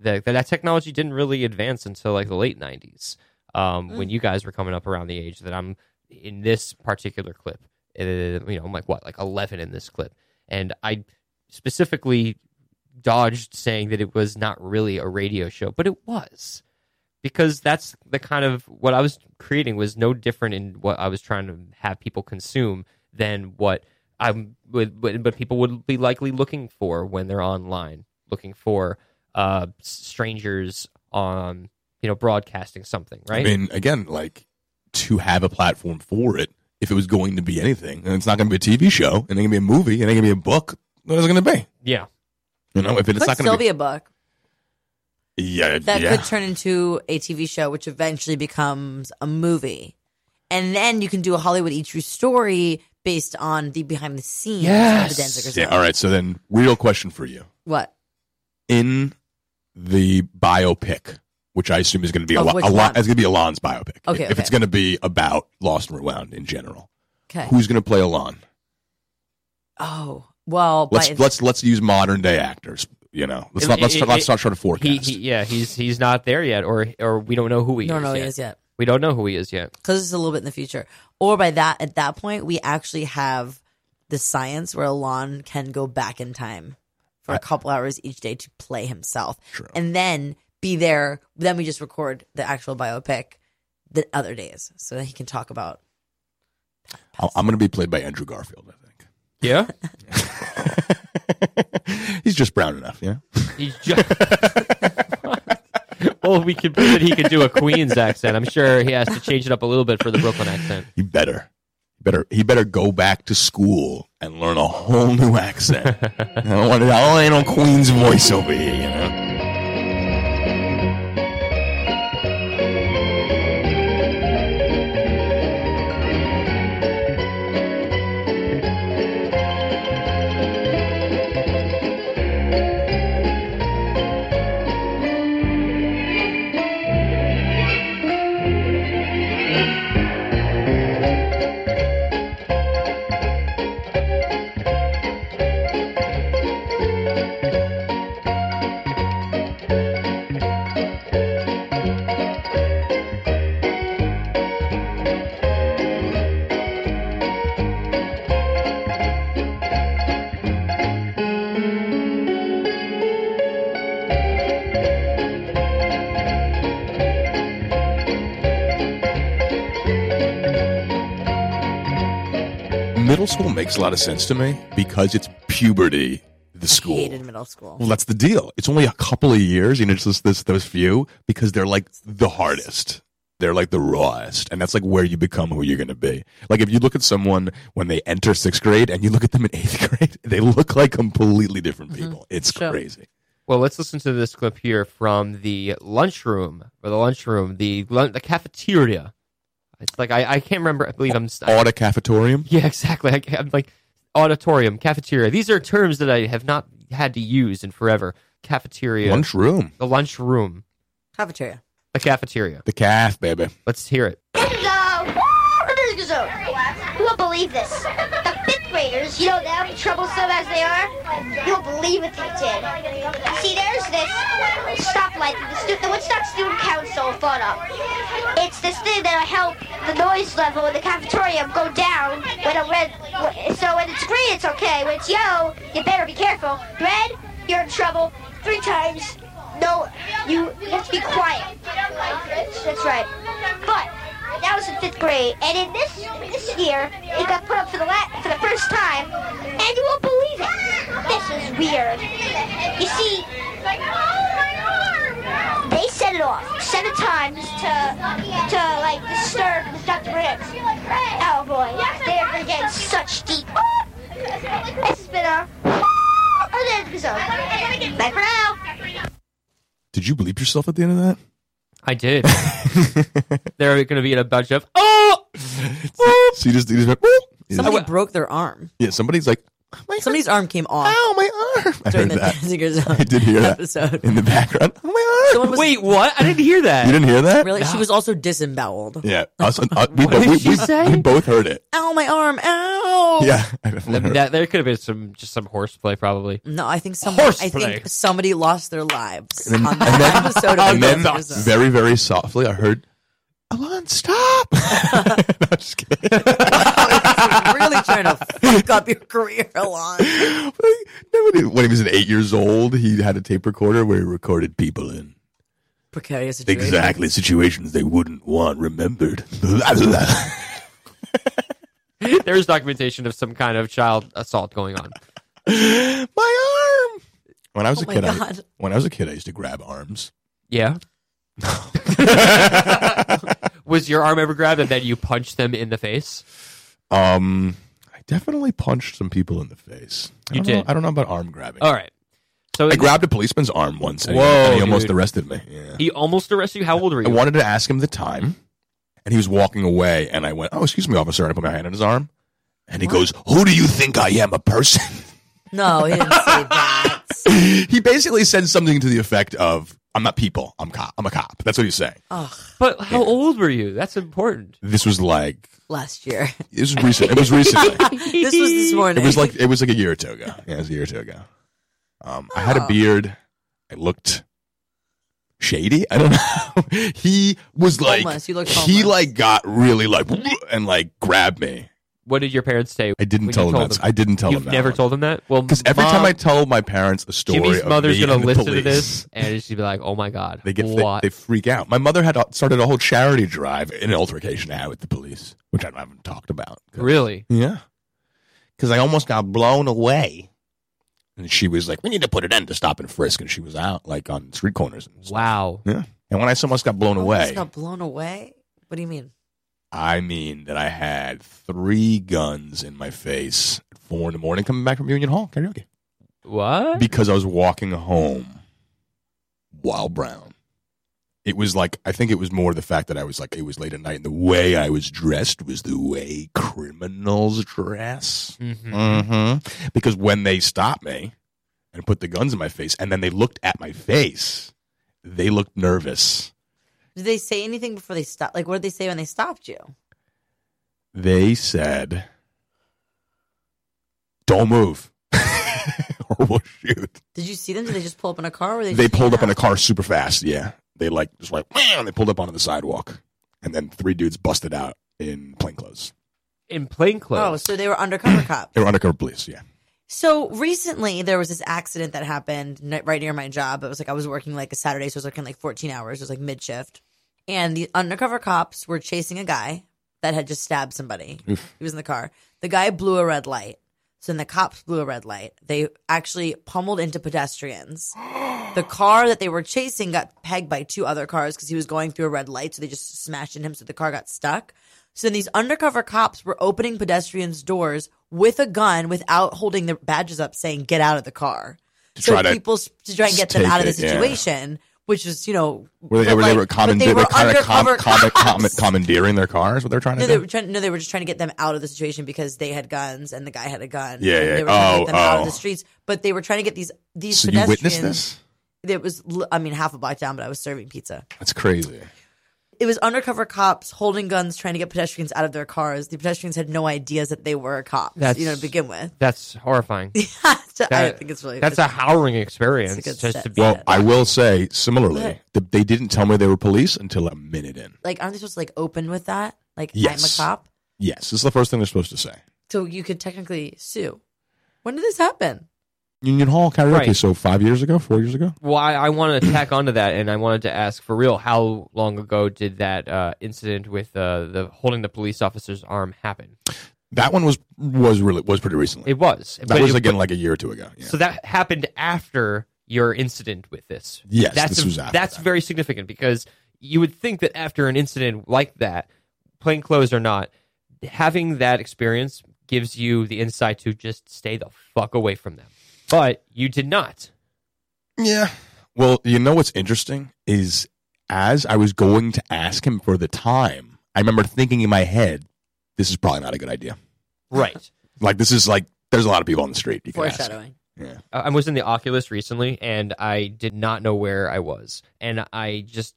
Speaker 3: that that technology didn't really advance until like the late 90s um, when you guys were coming up around the age that I'm in this particular clip. Uh, you know, I'm like what, like 11 in this clip, and I specifically dodged saying that it was not really a radio show, but it was because that's the kind of what I was creating was no different in what I was trying to have people consume than what I would, but, but people would be likely looking for when they're online, looking for uh, s- strangers on you know broadcasting something, right?
Speaker 5: I mean, again, like to have a platform for it, if it was going to be anything, and it's not going to be a TV show, and it going to be a movie, and it going to be a book, what is it going to be?
Speaker 3: yeah,
Speaker 5: You know, if it,
Speaker 6: Could
Speaker 5: it's not going
Speaker 6: still
Speaker 5: to
Speaker 6: be,
Speaker 5: be,
Speaker 6: a book
Speaker 5: yeah,
Speaker 6: that
Speaker 5: yeah.
Speaker 6: could turn into a TV show, which eventually becomes a movie, and then you can do a Hollywood E True story based on the behind the scenes of the Danziger
Speaker 5: yeah.
Speaker 6: Zone.
Speaker 5: All right. So then, real question for you:
Speaker 6: What?
Speaker 5: in the biopic, which I assume is going to be a
Speaker 6: Of
Speaker 5: lot,
Speaker 6: which
Speaker 5: a lot,
Speaker 6: one?
Speaker 5: it's going to be Alon's biopic.
Speaker 6: Okay,
Speaker 5: If, if it's
Speaker 6: okay.
Speaker 5: going to be about Lost and Rewound in general,
Speaker 6: Okay.
Speaker 5: who's going to play Alon?
Speaker 6: oh well,
Speaker 5: Let's
Speaker 6: by,
Speaker 5: let's let's use modern day actors. You know, let's
Speaker 3: It-
Speaker 5: not let's,
Speaker 3: it-
Speaker 5: not-
Speaker 3: it-
Speaker 5: let's not try to forecast.
Speaker 3: he, he yeah he's he's not there yet, or or we don't know who he
Speaker 6: no,
Speaker 3: is.
Speaker 6: no,
Speaker 3: yet.
Speaker 6: he is yet.
Speaker 3: We don't know who he is yet.
Speaker 6: because it's a little bit in the future. Or by that, at that point, we actually have the science where Elon can go back in time for a couple hours each day to play himself,
Speaker 5: True.
Speaker 6: and then be there. Then we just record the actual biopic
Speaker 4: the other days so that he can talk about
Speaker 5: I'll- I'm going to be played by Andrew Garfield, I think.
Speaker 3: Yeah,
Speaker 5: He's just brown enough, yeah.
Speaker 3: he's just. well, we could prove that he could do a Queens accent. I'm sure he has to change it up a little bit for the Brooklyn accent.
Speaker 5: He better, better, he better go back to school and learn a whole new accent. I don't want to, I don't want no Queen's voice over here, you know. Middle school makes a lot of sense to me because it's puberty, the school.
Speaker 4: hated middle school.
Speaker 5: Well, that's the deal. It's only a couple of years, you know, just this, those few, because they're like the hardest. They're like the rawest. And that's like where you become who you're going to be. Like if you look at someone when they enter sixth grade and you look at them in eighth grade, they look like completely different people. It's
Speaker 4: Mm-hmm. Sure.
Speaker 5: crazy.
Speaker 3: Well, let's listen to this clip here from the lunchroom, or the lunchroom, the lun- the cafeteria. It's like I, I can't remember. I believe I'm. st-
Speaker 5: Auto cafetorium.
Speaker 3: Yeah, exactly. I, am like auditorium, cafeteria. These are terms that I have not had to use in forever. Cafeteria,
Speaker 5: Lunch room.
Speaker 3: the lunchroom,
Speaker 4: Cafeteria.
Speaker 3: the cafeteria.
Speaker 5: The calf, baby.
Speaker 3: Let's hear it.
Speaker 7: You won't believe this. The fifth graders, you know them, troublesome as they are, you won't believe what they did. See, there's this stoplight that the student, which not student council thought up. It's this thing that'll help the noise level in the cafeteria go down when a red. So when it's green, it's okay. When it's yellow, you better be careful. Red, you're in trouble. Three times. No, you you have to be quiet. That's right. But that was in fifth grade, and in this this year, it got put up for the la- for the first time, and you won't believe it. This is weird. You see, they set it off seven times to to like disturb Miss Dr. Briggs. Oh boy, they are getting such deep. This has been a. Bye for now.
Speaker 5: Did you bleep yourself at the end of that?
Speaker 3: I did. They're going to be in a bunch of oh,
Speaker 5: So you just, you just went, "Whoop." You just-
Speaker 4: Somebody broke their arm.
Speaker 5: yeah, somebody's like,
Speaker 4: Somebody's arm came off
Speaker 5: ow, my arm. I
Speaker 4: during
Speaker 5: heard
Speaker 4: the
Speaker 5: that.
Speaker 4: Dancing Zone
Speaker 5: I did hear that
Speaker 4: episode.
Speaker 5: in the background. Oh, my arm.
Speaker 4: Someone was
Speaker 3: wait, what? I didn't hear that.
Speaker 5: you didn't hear that?
Speaker 4: really. She was also disemboweled.
Speaker 5: Yeah, us, uh, we,
Speaker 3: did
Speaker 5: bo- we,
Speaker 3: she
Speaker 5: we-
Speaker 3: say?
Speaker 5: we both heard it.
Speaker 4: Ow, my arm! Ow!
Speaker 5: Yeah, I definitely
Speaker 3: I mean,
Speaker 5: heard
Speaker 3: that there could have been some just some horseplay, probably.
Speaker 4: No, I think somebody. I
Speaker 3: Horseplay.
Speaker 4: think somebody lost their lives
Speaker 5: then-
Speaker 4: on that episode. Of
Speaker 5: And
Speaker 4: the
Speaker 5: then,
Speaker 4: Dancing Zone.
Speaker 5: very, very softly, I heard, Alon, stop. No, I'm just kidding.
Speaker 4: really trying to fuck up your career, Alon.
Speaker 5: Remember when he- when he was eight years old, he had a tape recorder where he recorded people in
Speaker 4: Precarious situation.
Speaker 5: exactly situations they wouldn't want remembered. That's
Speaker 3: There is documentation of some kind of child assault going on.
Speaker 5: my arm. When I was
Speaker 4: Oh
Speaker 5: a
Speaker 4: my
Speaker 5: kid, I,
Speaker 4: God.
Speaker 5: when I was a kid, I used to grab arms.
Speaker 3: Yeah. Was your arm ever grabbed and then you punched them in the face?
Speaker 5: Um, I definitely punched some people in the face. I
Speaker 3: You
Speaker 5: don't know-
Speaker 3: did.
Speaker 5: I don't know about arm grabbing.
Speaker 3: All right. So
Speaker 5: I grabbed a policeman's arm once. And he-
Speaker 3: Whoa,
Speaker 5: and he almost
Speaker 3: dude.
Speaker 5: arrested me. Yeah.
Speaker 3: he almost arrested you. How old were
Speaker 5: I
Speaker 3: you?
Speaker 5: wanted to ask him the time, and he was walking away, and I went, "Oh, excuse me, officer," and I put my hand on his arm, and he goes, "Who do you think I am, a person?"
Speaker 4: No, he didn't say that.
Speaker 5: he basically said something to the effect of, "I'm not people. I'm cop. I'm a cop." That's what he's saying.
Speaker 3: But how old were you? That's important.
Speaker 5: This was like
Speaker 4: Last year,
Speaker 5: it was recent. It was recently.
Speaker 4: this was this morning.
Speaker 5: It was like it was like a year or two ago. Yeah, it was a year or two ago. Um, I
Speaker 4: Ah.
Speaker 5: had a beard. I looked shady. I don't know. he was like
Speaker 4: Homeless. You looked
Speaker 5: he
Speaker 4: homeless.
Speaker 5: like got really like and like grabbed me
Speaker 3: What did your parents say?
Speaker 5: I didn't
Speaker 3: when you
Speaker 5: tell them
Speaker 3: told
Speaker 5: that. I didn't tell
Speaker 3: You've
Speaker 5: them.
Speaker 3: never told them that. Well,
Speaker 5: because every
Speaker 3: Mom-
Speaker 5: time I tell my parents a story,
Speaker 3: Jimmy's
Speaker 5: of
Speaker 3: mother's
Speaker 5: me
Speaker 3: gonna
Speaker 5: and the
Speaker 3: listen to
Speaker 5: police,
Speaker 3: this and she'd be like, "Oh my god,
Speaker 5: They get they,
Speaker 3: what?"
Speaker 5: they freak out. My mother had a- started a whole charity drive in an altercation I had with the police, which I haven't talked about.
Speaker 3: really?
Speaker 5: Yeah. Because I almost got blown away. And she was like, we need to put an end to stop and frisk. And she was out, like, on street corners. And, stuff.
Speaker 3: Wow.
Speaker 5: Yeah. and when I almost got blown
Speaker 4: Almost
Speaker 5: away,
Speaker 4: got Oh, blown away. What do you mean?
Speaker 5: I mean that I had three guns in my face at four in the morning coming back from Union Hall karaoke
Speaker 3: What?
Speaker 5: because I was walking home while brown. It was like, I think it was more the fact that I was like, it was late at night and the way I was dressed was the way criminals dress.
Speaker 3: Mhm.
Speaker 5: Mm-hmm. Because when they stopped me and put the guns in my face, and then they looked at my face, they looked nervous.
Speaker 4: Did they say anything before they stopped? Like, what did they say when they stopped you?
Speaker 5: They said, "Don't move, or we'll shoot."
Speaker 4: Did you see them? Did they just pull up in a car? Or were they
Speaker 5: They
Speaker 4: just
Speaker 5: pulled up in
Speaker 4: hanging
Speaker 5: a car super fast. Yeah, they like just like "Meow," and they pulled up onto the sidewalk, and then three dudes busted out in plainclothes.
Speaker 3: In plain
Speaker 4: out? Oh,
Speaker 3: clothes.
Speaker 4: so they were undercover cops.
Speaker 5: They were undercover police. Yeah,
Speaker 4: So recently, there was this accident that happened ni- right near my job. It was like I was working like a Saturday, so I was working like 14 hours. It was like mid shift. And the undercover cops were chasing a guy that had just stabbed somebody. He was in the car. The guy blew a red light. So then the cops blew a red light. They actually pummeled into pedestrians. The car that they were chasing got pegged by two other cars because he was going through a red light. So they just smashed in him. So the car got stuck. So then these undercover cops were opening pedestrians' doors with a gun without holding their badges up saying, get out of the car.
Speaker 5: To
Speaker 4: so
Speaker 5: try to
Speaker 4: people s- to try and get them
Speaker 5: take
Speaker 4: out of the
Speaker 5: it, yeah.
Speaker 4: situation, which is, you know,
Speaker 5: were they,
Speaker 4: but
Speaker 5: were
Speaker 4: like-
Speaker 5: they were
Speaker 4: but
Speaker 5: common?
Speaker 4: they
Speaker 5: They were
Speaker 4: were
Speaker 5: kind of
Speaker 4: undercover
Speaker 5: com- com- com-
Speaker 4: cops.
Speaker 5: commandeering their cars. What they're trying
Speaker 4: No,
Speaker 5: to do?
Speaker 4: they were trying. No, they were just trying to get them out of the situation because they had guns and the guy had a gun.
Speaker 5: Yeah,
Speaker 4: And
Speaker 5: yeah.
Speaker 4: They were trying to
Speaker 5: Oh,
Speaker 4: get them out
Speaker 5: oh.
Speaker 4: of the streets, but they were trying to get these these
Speaker 5: so you
Speaker 4: pedestrians.
Speaker 5: witnessed this?
Speaker 4: It was, l- I mean, half a block down, but I was serving pizza.
Speaker 5: That's crazy.
Speaker 4: It was undercover cops holding guns, trying to get pedestrians out of their cars. The pedestrians had no ideas that they were cops.
Speaker 3: That's-
Speaker 4: you know, to begin with.
Speaker 3: That's horrifying.
Speaker 4: So I
Speaker 3: That-
Speaker 4: think it's really.
Speaker 3: That's a
Speaker 4: it's-
Speaker 3: harrowing experience
Speaker 4: good
Speaker 3: just to
Speaker 4: set.
Speaker 3: be
Speaker 5: Well,
Speaker 4: Yeah.
Speaker 5: I will say similarly, th- they didn't tell me they were police until a minute in.
Speaker 4: like, aren't they supposed to like open with that? Like, I'm a
Speaker 5: Yes.
Speaker 4: cop,
Speaker 5: Yes, this is the first thing they're supposed to say.
Speaker 4: so you could technically sue. When did this happen?
Speaker 5: Union Hall karaoke.
Speaker 3: Right.
Speaker 5: So five years ago, four years ago.
Speaker 3: Well, I, I want to tack onto that, and I wanted to ask for real: How long ago did that uh, incident with uh, the holding the police officer's arm happen?
Speaker 5: That one was was really was pretty recently.
Speaker 3: It was.
Speaker 5: that
Speaker 3: but
Speaker 5: was
Speaker 3: it-
Speaker 5: again like a year or two ago. Yeah.
Speaker 3: So that happened after your incident with this.
Speaker 5: Yes,
Speaker 3: that's
Speaker 5: this was after
Speaker 3: that's
Speaker 5: that.
Speaker 3: very significant because you would think that after an incident like that, plain clothes or not, having that experience gives you the insight to just stay the fuck away from them. But you did not.
Speaker 5: yeah. Well, you know what's interesting is as I was going to ask him for the time, I remember thinking in my head, "This is probably not a good idea."
Speaker 3: Right.
Speaker 5: Like this is like there's a lot of people on the street. You can ask.
Speaker 4: Foreshadowing.
Speaker 5: Yeah.
Speaker 3: I I was in the Oculus recently, and I did not know where I was, and I just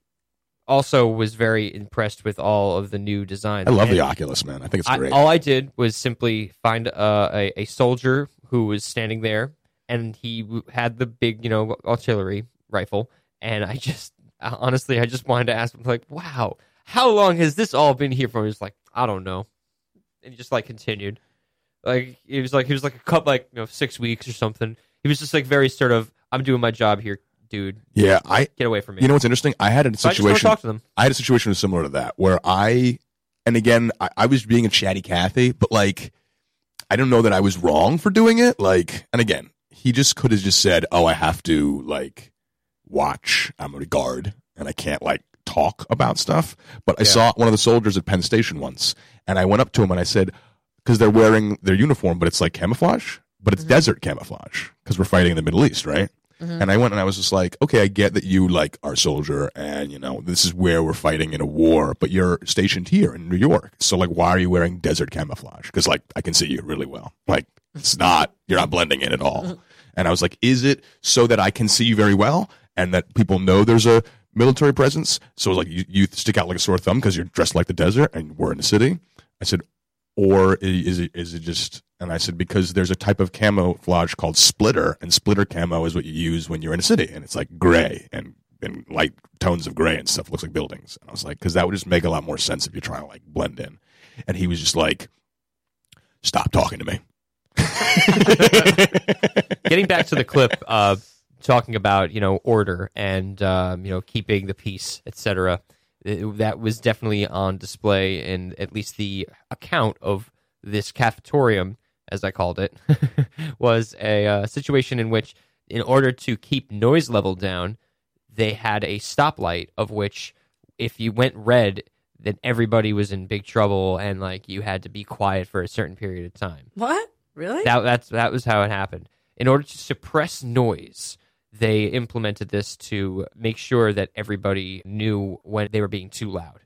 Speaker 3: also was very impressed with all of the new designs.
Speaker 5: I love
Speaker 3: And
Speaker 5: the Oculus, man. I think it's
Speaker 3: I-
Speaker 5: great.
Speaker 3: all I did was simply find uh, a, a soldier who was standing there, and he w- had the big, you know, artillery rifle. And I just, uh, honestly, I just wanted to ask him, like, wow, how long has this all been here for? He's like, I don't know, and he just like continued, like it was like he was like a cup, like you know, six weeks or something. He was just like very sort of, I'm doing my job here, dude.
Speaker 5: yeah, I.
Speaker 3: Get away from me.
Speaker 5: You know what's interesting? I had a
Speaker 3: So I just want to
Speaker 5: situation.
Speaker 3: talk to them.
Speaker 5: I had a situation similar to that where I, and again, I, I was being a chatty Cathy, but like, I don't know that I was wrong for doing it. Like, and again, he just could have just said, "Oh, I have to like watch. I'm a guard, and I can't like talk about stuff." But I saw one of the soldiers at Penn Station once, and I went up to him and I said, "Because they're wearing their uniform, but it's like camouflage, but it's desert camouflage because we're fighting in the Middle East, right?" And I went and I was just like, okay, I get that you like are a soldier and you know, this is where we're fighting in a war, but you're stationed here in New York. So like why are you wearing desert camouflage? Cuz like I can see you really well. Like it's not you're not blending in at all. And I was like, is it so that I can see you very well and that people know there's a military presence? So like you, you stick out like a sore thumb cuz you're dressed like the desert and we're in the city. I said, or i- is it is it just and I said because there's a type of camouflage called splitter and splitter camo is what you use when you're in a city and it's like gray and and light tones of gray and stuff looks like buildings and I was like because that would just make a lot more sense if you're trying to like blend in and he was just like stop talking to me.
Speaker 3: Getting back to the clip, uh, talking about you know order and um, you know keeping the peace, etc. That was definitely on display in at least the account of this cafetorium, as I called it, was a uh, situation in which, in order to keep noise level down, they had a stoplight of which, if you went red, then everybody was in big trouble and like you had to be quiet for a certain period of time
Speaker 4: What? Really?
Speaker 3: that that's that was how it happened. In order to suppress noise, they implemented this to make sure that everybody knew when they were being too loud.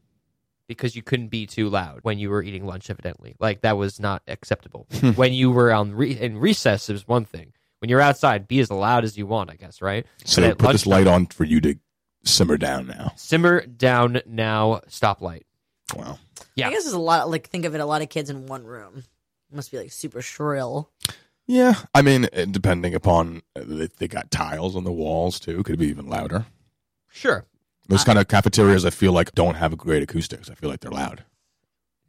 Speaker 3: Because you couldn't be too loud when you were eating lunch, evidently. Like that was not acceptable.
Speaker 5: Hmm.
Speaker 3: when you were on re- in recess, it was one thing. When you're outside, be as loud as you want, I guess, right?
Speaker 5: So
Speaker 3: But at
Speaker 5: put this
Speaker 3: lunchtime-
Speaker 5: light on for you to simmer down now.
Speaker 3: Simmer down now. Stoplight.
Speaker 5: Wow.
Speaker 3: Yeah.
Speaker 4: I guess there's a lot. Like, think of it: a lot of kids in one room must be like super shrill.
Speaker 5: Yeah, I mean, uh, depending upon uh, they, they got tiles on the walls too, could be even louder.
Speaker 3: Sure.
Speaker 5: Those kind of cafeterias, I feel like, don't have great acoustics. I feel like they're loud.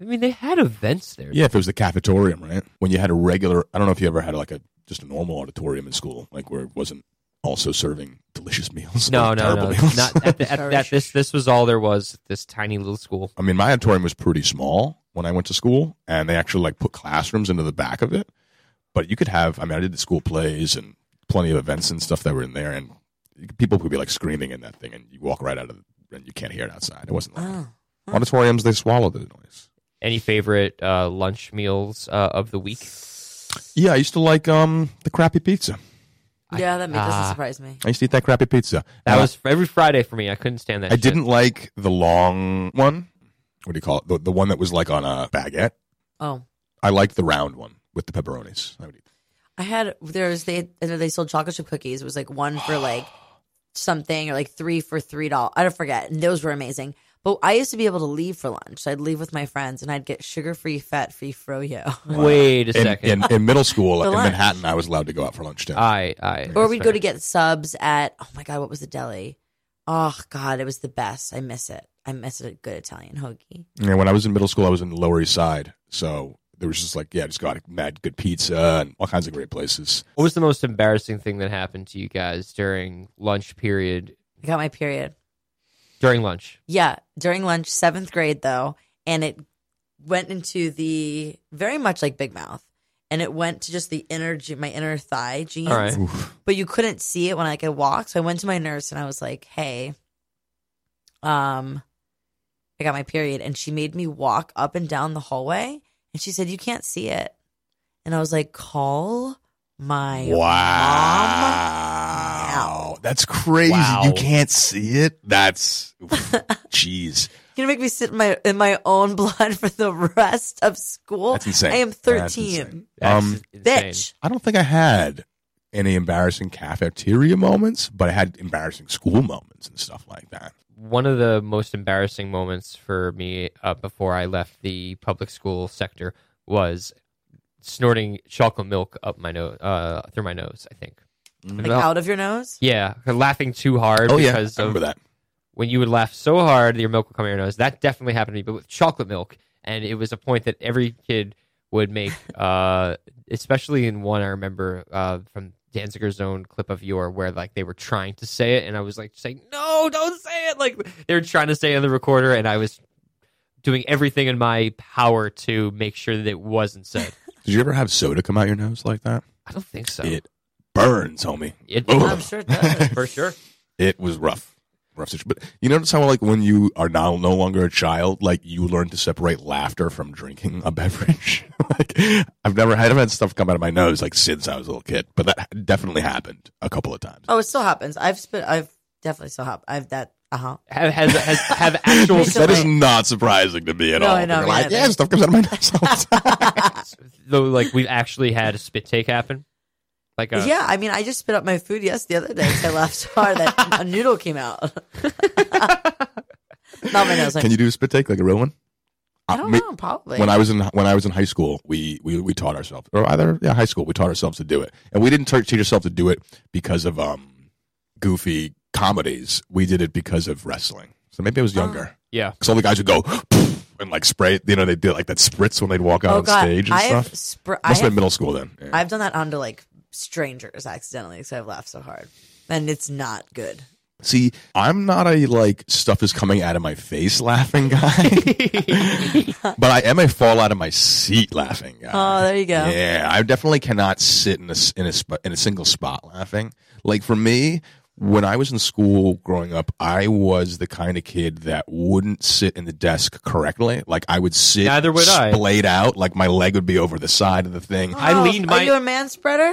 Speaker 3: I mean, they had events there.
Speaker 5: Yeah, if it was the cafetorium, right? When you had a regular, I don't know if you ever had like a just a normal auditorium in school, like where it wasn't also serving delicious meals.
Speaker 3: No,
Speaker 5: or
Speaker 3: no,
Speaker 5: terrible
Speaker 3: no.
Speaker 5: meals.
Speaker 3: Not at, the, at, at this. This was all there was. at This tiny little school.
Speaker 5: I mean, my auditorium was pretty small when I went to school, and they actually like put classrooms into the back of it. But you could have, I mean, I did the school plays and plenty of events and stuff that were in there, and people could be like screaming in that thing, and you walk right out of the, and you can't hear it outside. It wasn't like
Speaker 4: Oh.
Speaker 5: auditoriums; they swallow the noise.
Speaker 3: any favorite uh, lunch meals uh, of the week?
Speaker 5: Yeah, I used to like um the crappy pizza.
Speaker 4: yeah, that ma- doesn't
Speaker 3: ah.
Speaker 4: surprise me.
Speaker 5: I used to eat that crappy pizza.
Speaker 3: That
Speaker 5: And
Speaker 3: was every Friday for me. I couldn't stand that.
Speaker 5: Uh, I
Speaker 3: shit.
Speaker 5: didn't like the long one. What do you call it? The, the one that was like on a baguette.
Speaker 4: Oh,
Speaker 5: I liked the round one with the pepperonis. I would eat
Speaker 4: I had there's they I know they sold chocolate chip cookies. It was like one for like something or like three for three dollars. I don't forget. And those were amazing. But I used to be able to leave for lunch. So I'd leave with my friends and I'd get sugar free, fat free froyo.
Speaker 3: Wait a
Speaker 5: in,
Speaker 3: second. Ah.
Speaker 5: In, in middle school
Speaker 4: For
Speaker 5: in
Speaker 4: lunch.
Speaker 5: Manhattan, I was allowed to go out for lunch too.
Speaker 3: I, I,
Speaker 4: or we'd go to get subs at oh my god, what was the deli? Oh god, it was the best. I miss it. I miss a good Italian hoagie.
Speaker 5: and when I was in middle school, I was in the Lower East Side, so there was just like yeah, just got mad good pizza and all kinds of great places.
Speaker 3: What was the most embarrassing thing that happened to you guys during lunch period?
Speaker 4: I got my period.
Speaker 3: During lunch,
Speaker 4: Yeah, during lunch, seventh grade though, and it went into the very much like Big Mouth, and it went to just the inner je- my inner thigh jeans.
Speaker 3: All right.
Speaker 4: But you couldn't see it when I could walk, so I went to my nurse and I was like, "Hey, um, I got my period," and she made me walk up and down the hallway, and she said, "You can't see it," and I was like, "Call my mom."
Speaker 5: Wow, that's crazy!
Speaker 3: Wow.
Speaker 5: You can't see it. That's jeez.
Speaker 4: You're gonna make me sit in my in my own blood for the rest of school.
Speaker 5: That's insane.
Speaker 4: I am
Speaker 5: That's
Speaker 4: thirteen.
Speaker 3: That's
Speaker 5: Um,
Speaker 3: insane.
Speaker 4: Bitch.
Speaker 5: I don't think I had any embarrassing cafeteria moments, but I had embarrassing school moments and stuff like that.
Speaker 3: One of the most embarrassing moments for me uh, before I left the public school sector was snorting chocolate milk up my nose, uh, through my nose. I think.
Speaker 4: Like out of your nose?
Speaker 3: Yeah, laughing too hard
Speaker 5: Oh yeah, I
Speaker 3: because of
Speaker 5: remember that.
Speaker 3: when you would laugh so hard that your milk would come out your nose. That definitely happened to me, but with chocolate milk. And it was a point that every kid would make, uh, especially in one I remember uh, from Danziger's own clip of Yore, where like they were trying to say it, and I was like saying, "No, don't say it!" Like they were trying to say it on the recorder, and I was doing everything in my power to make sure that it wasn't said.
Speaker 5: Did you ever have soda come out your nose like that?
Speaker 3: I don't think so.
Speaker 5: It Oh. burns, homie.
Speaker 3: It-
Speaker 5: Ugh.
Speaker 4: I'm sure it does.
Speaker 3: for sure.
Speaker 5: it was rough rough situation but you notice how like when you are now no longer a child like you learn to separate laughter from drinking a beverage like i've never had, I've had stuff come out of my nose like since i was a little kid but that definitely happened a couple of times
Speaker 4: oh, it still happens. I've spit I've definitely still happened. I've that uh huh.
Speaker 3: Have, has, has, have actual
Speaker 5: that is not surprising to me at
Speaker 4: No,
Speaker 5: all
Speaker 4: I know,
Speaker 5: You're
Speaker 4: me
Speaker 5: like,
Speaker 4: neither.
Speaker 5: yeah stuff comes out of my nose all the time.
Speaker 3: though like we've actually had a spit take happen like uh, a
Speaker 4: Yeah, I mean I just spit up my food yes the other day 'cause I laughed so hard that a noodle came out. Not my nose. Like,
Speaker 5: can you do a spit take like a real one
Speaker 4: I don't
Speaker 5: Uh, me-
Speaker 4: know, probably.
Speaker 5: when I was in when I was in high school, we we, we taught ourselves, or either yeah, high school, we taught ourselves to do it, and we didn't t- teach ourselves to do it because of um goofy comedies. We did it because of wrestling. So maybe I was younger
Speaker 4: Oh.
Speaker 3: yeah
Speaker 5: because all the guys would go and like spray. You know, they did like that spritz when they'd walk out
Speaker 4: oh
Speaker 5: on
Speaker 4: god,
Speaker 5: stage and
Speaker 4: I have
Speaker 5: stuff.
Speaker 4: spr- I
Speaker 5: Must have
Speaker 4: have
Speaker 5: been middle school then. Yeah.
Speaker 4: I've done that onto like strangers accidentally because I've laughed so hard, and it's not good.
Speaker 5: See, I'm not a like stuff is coming out of my face laughing guy, but I am a fall out of my seat laughing guy.
Speaker 4: Oh, there you go.
Speaker 5: Yeah, I definitely cannot sit in a s- in a sp- in a single spot laughing. Like for me, when I was in school growing up, I was the kind of kid that wouldn't sit in the desk correctly. Like I would sit
Speaker 2: Neither would I.
Speaker 5: splayed out, like my leg would be over the side of the thing.
Speaker 3: I
Speaker 4: Oh,
Speaker 3: leaned my-
Speaker 4: Are you a man spreader?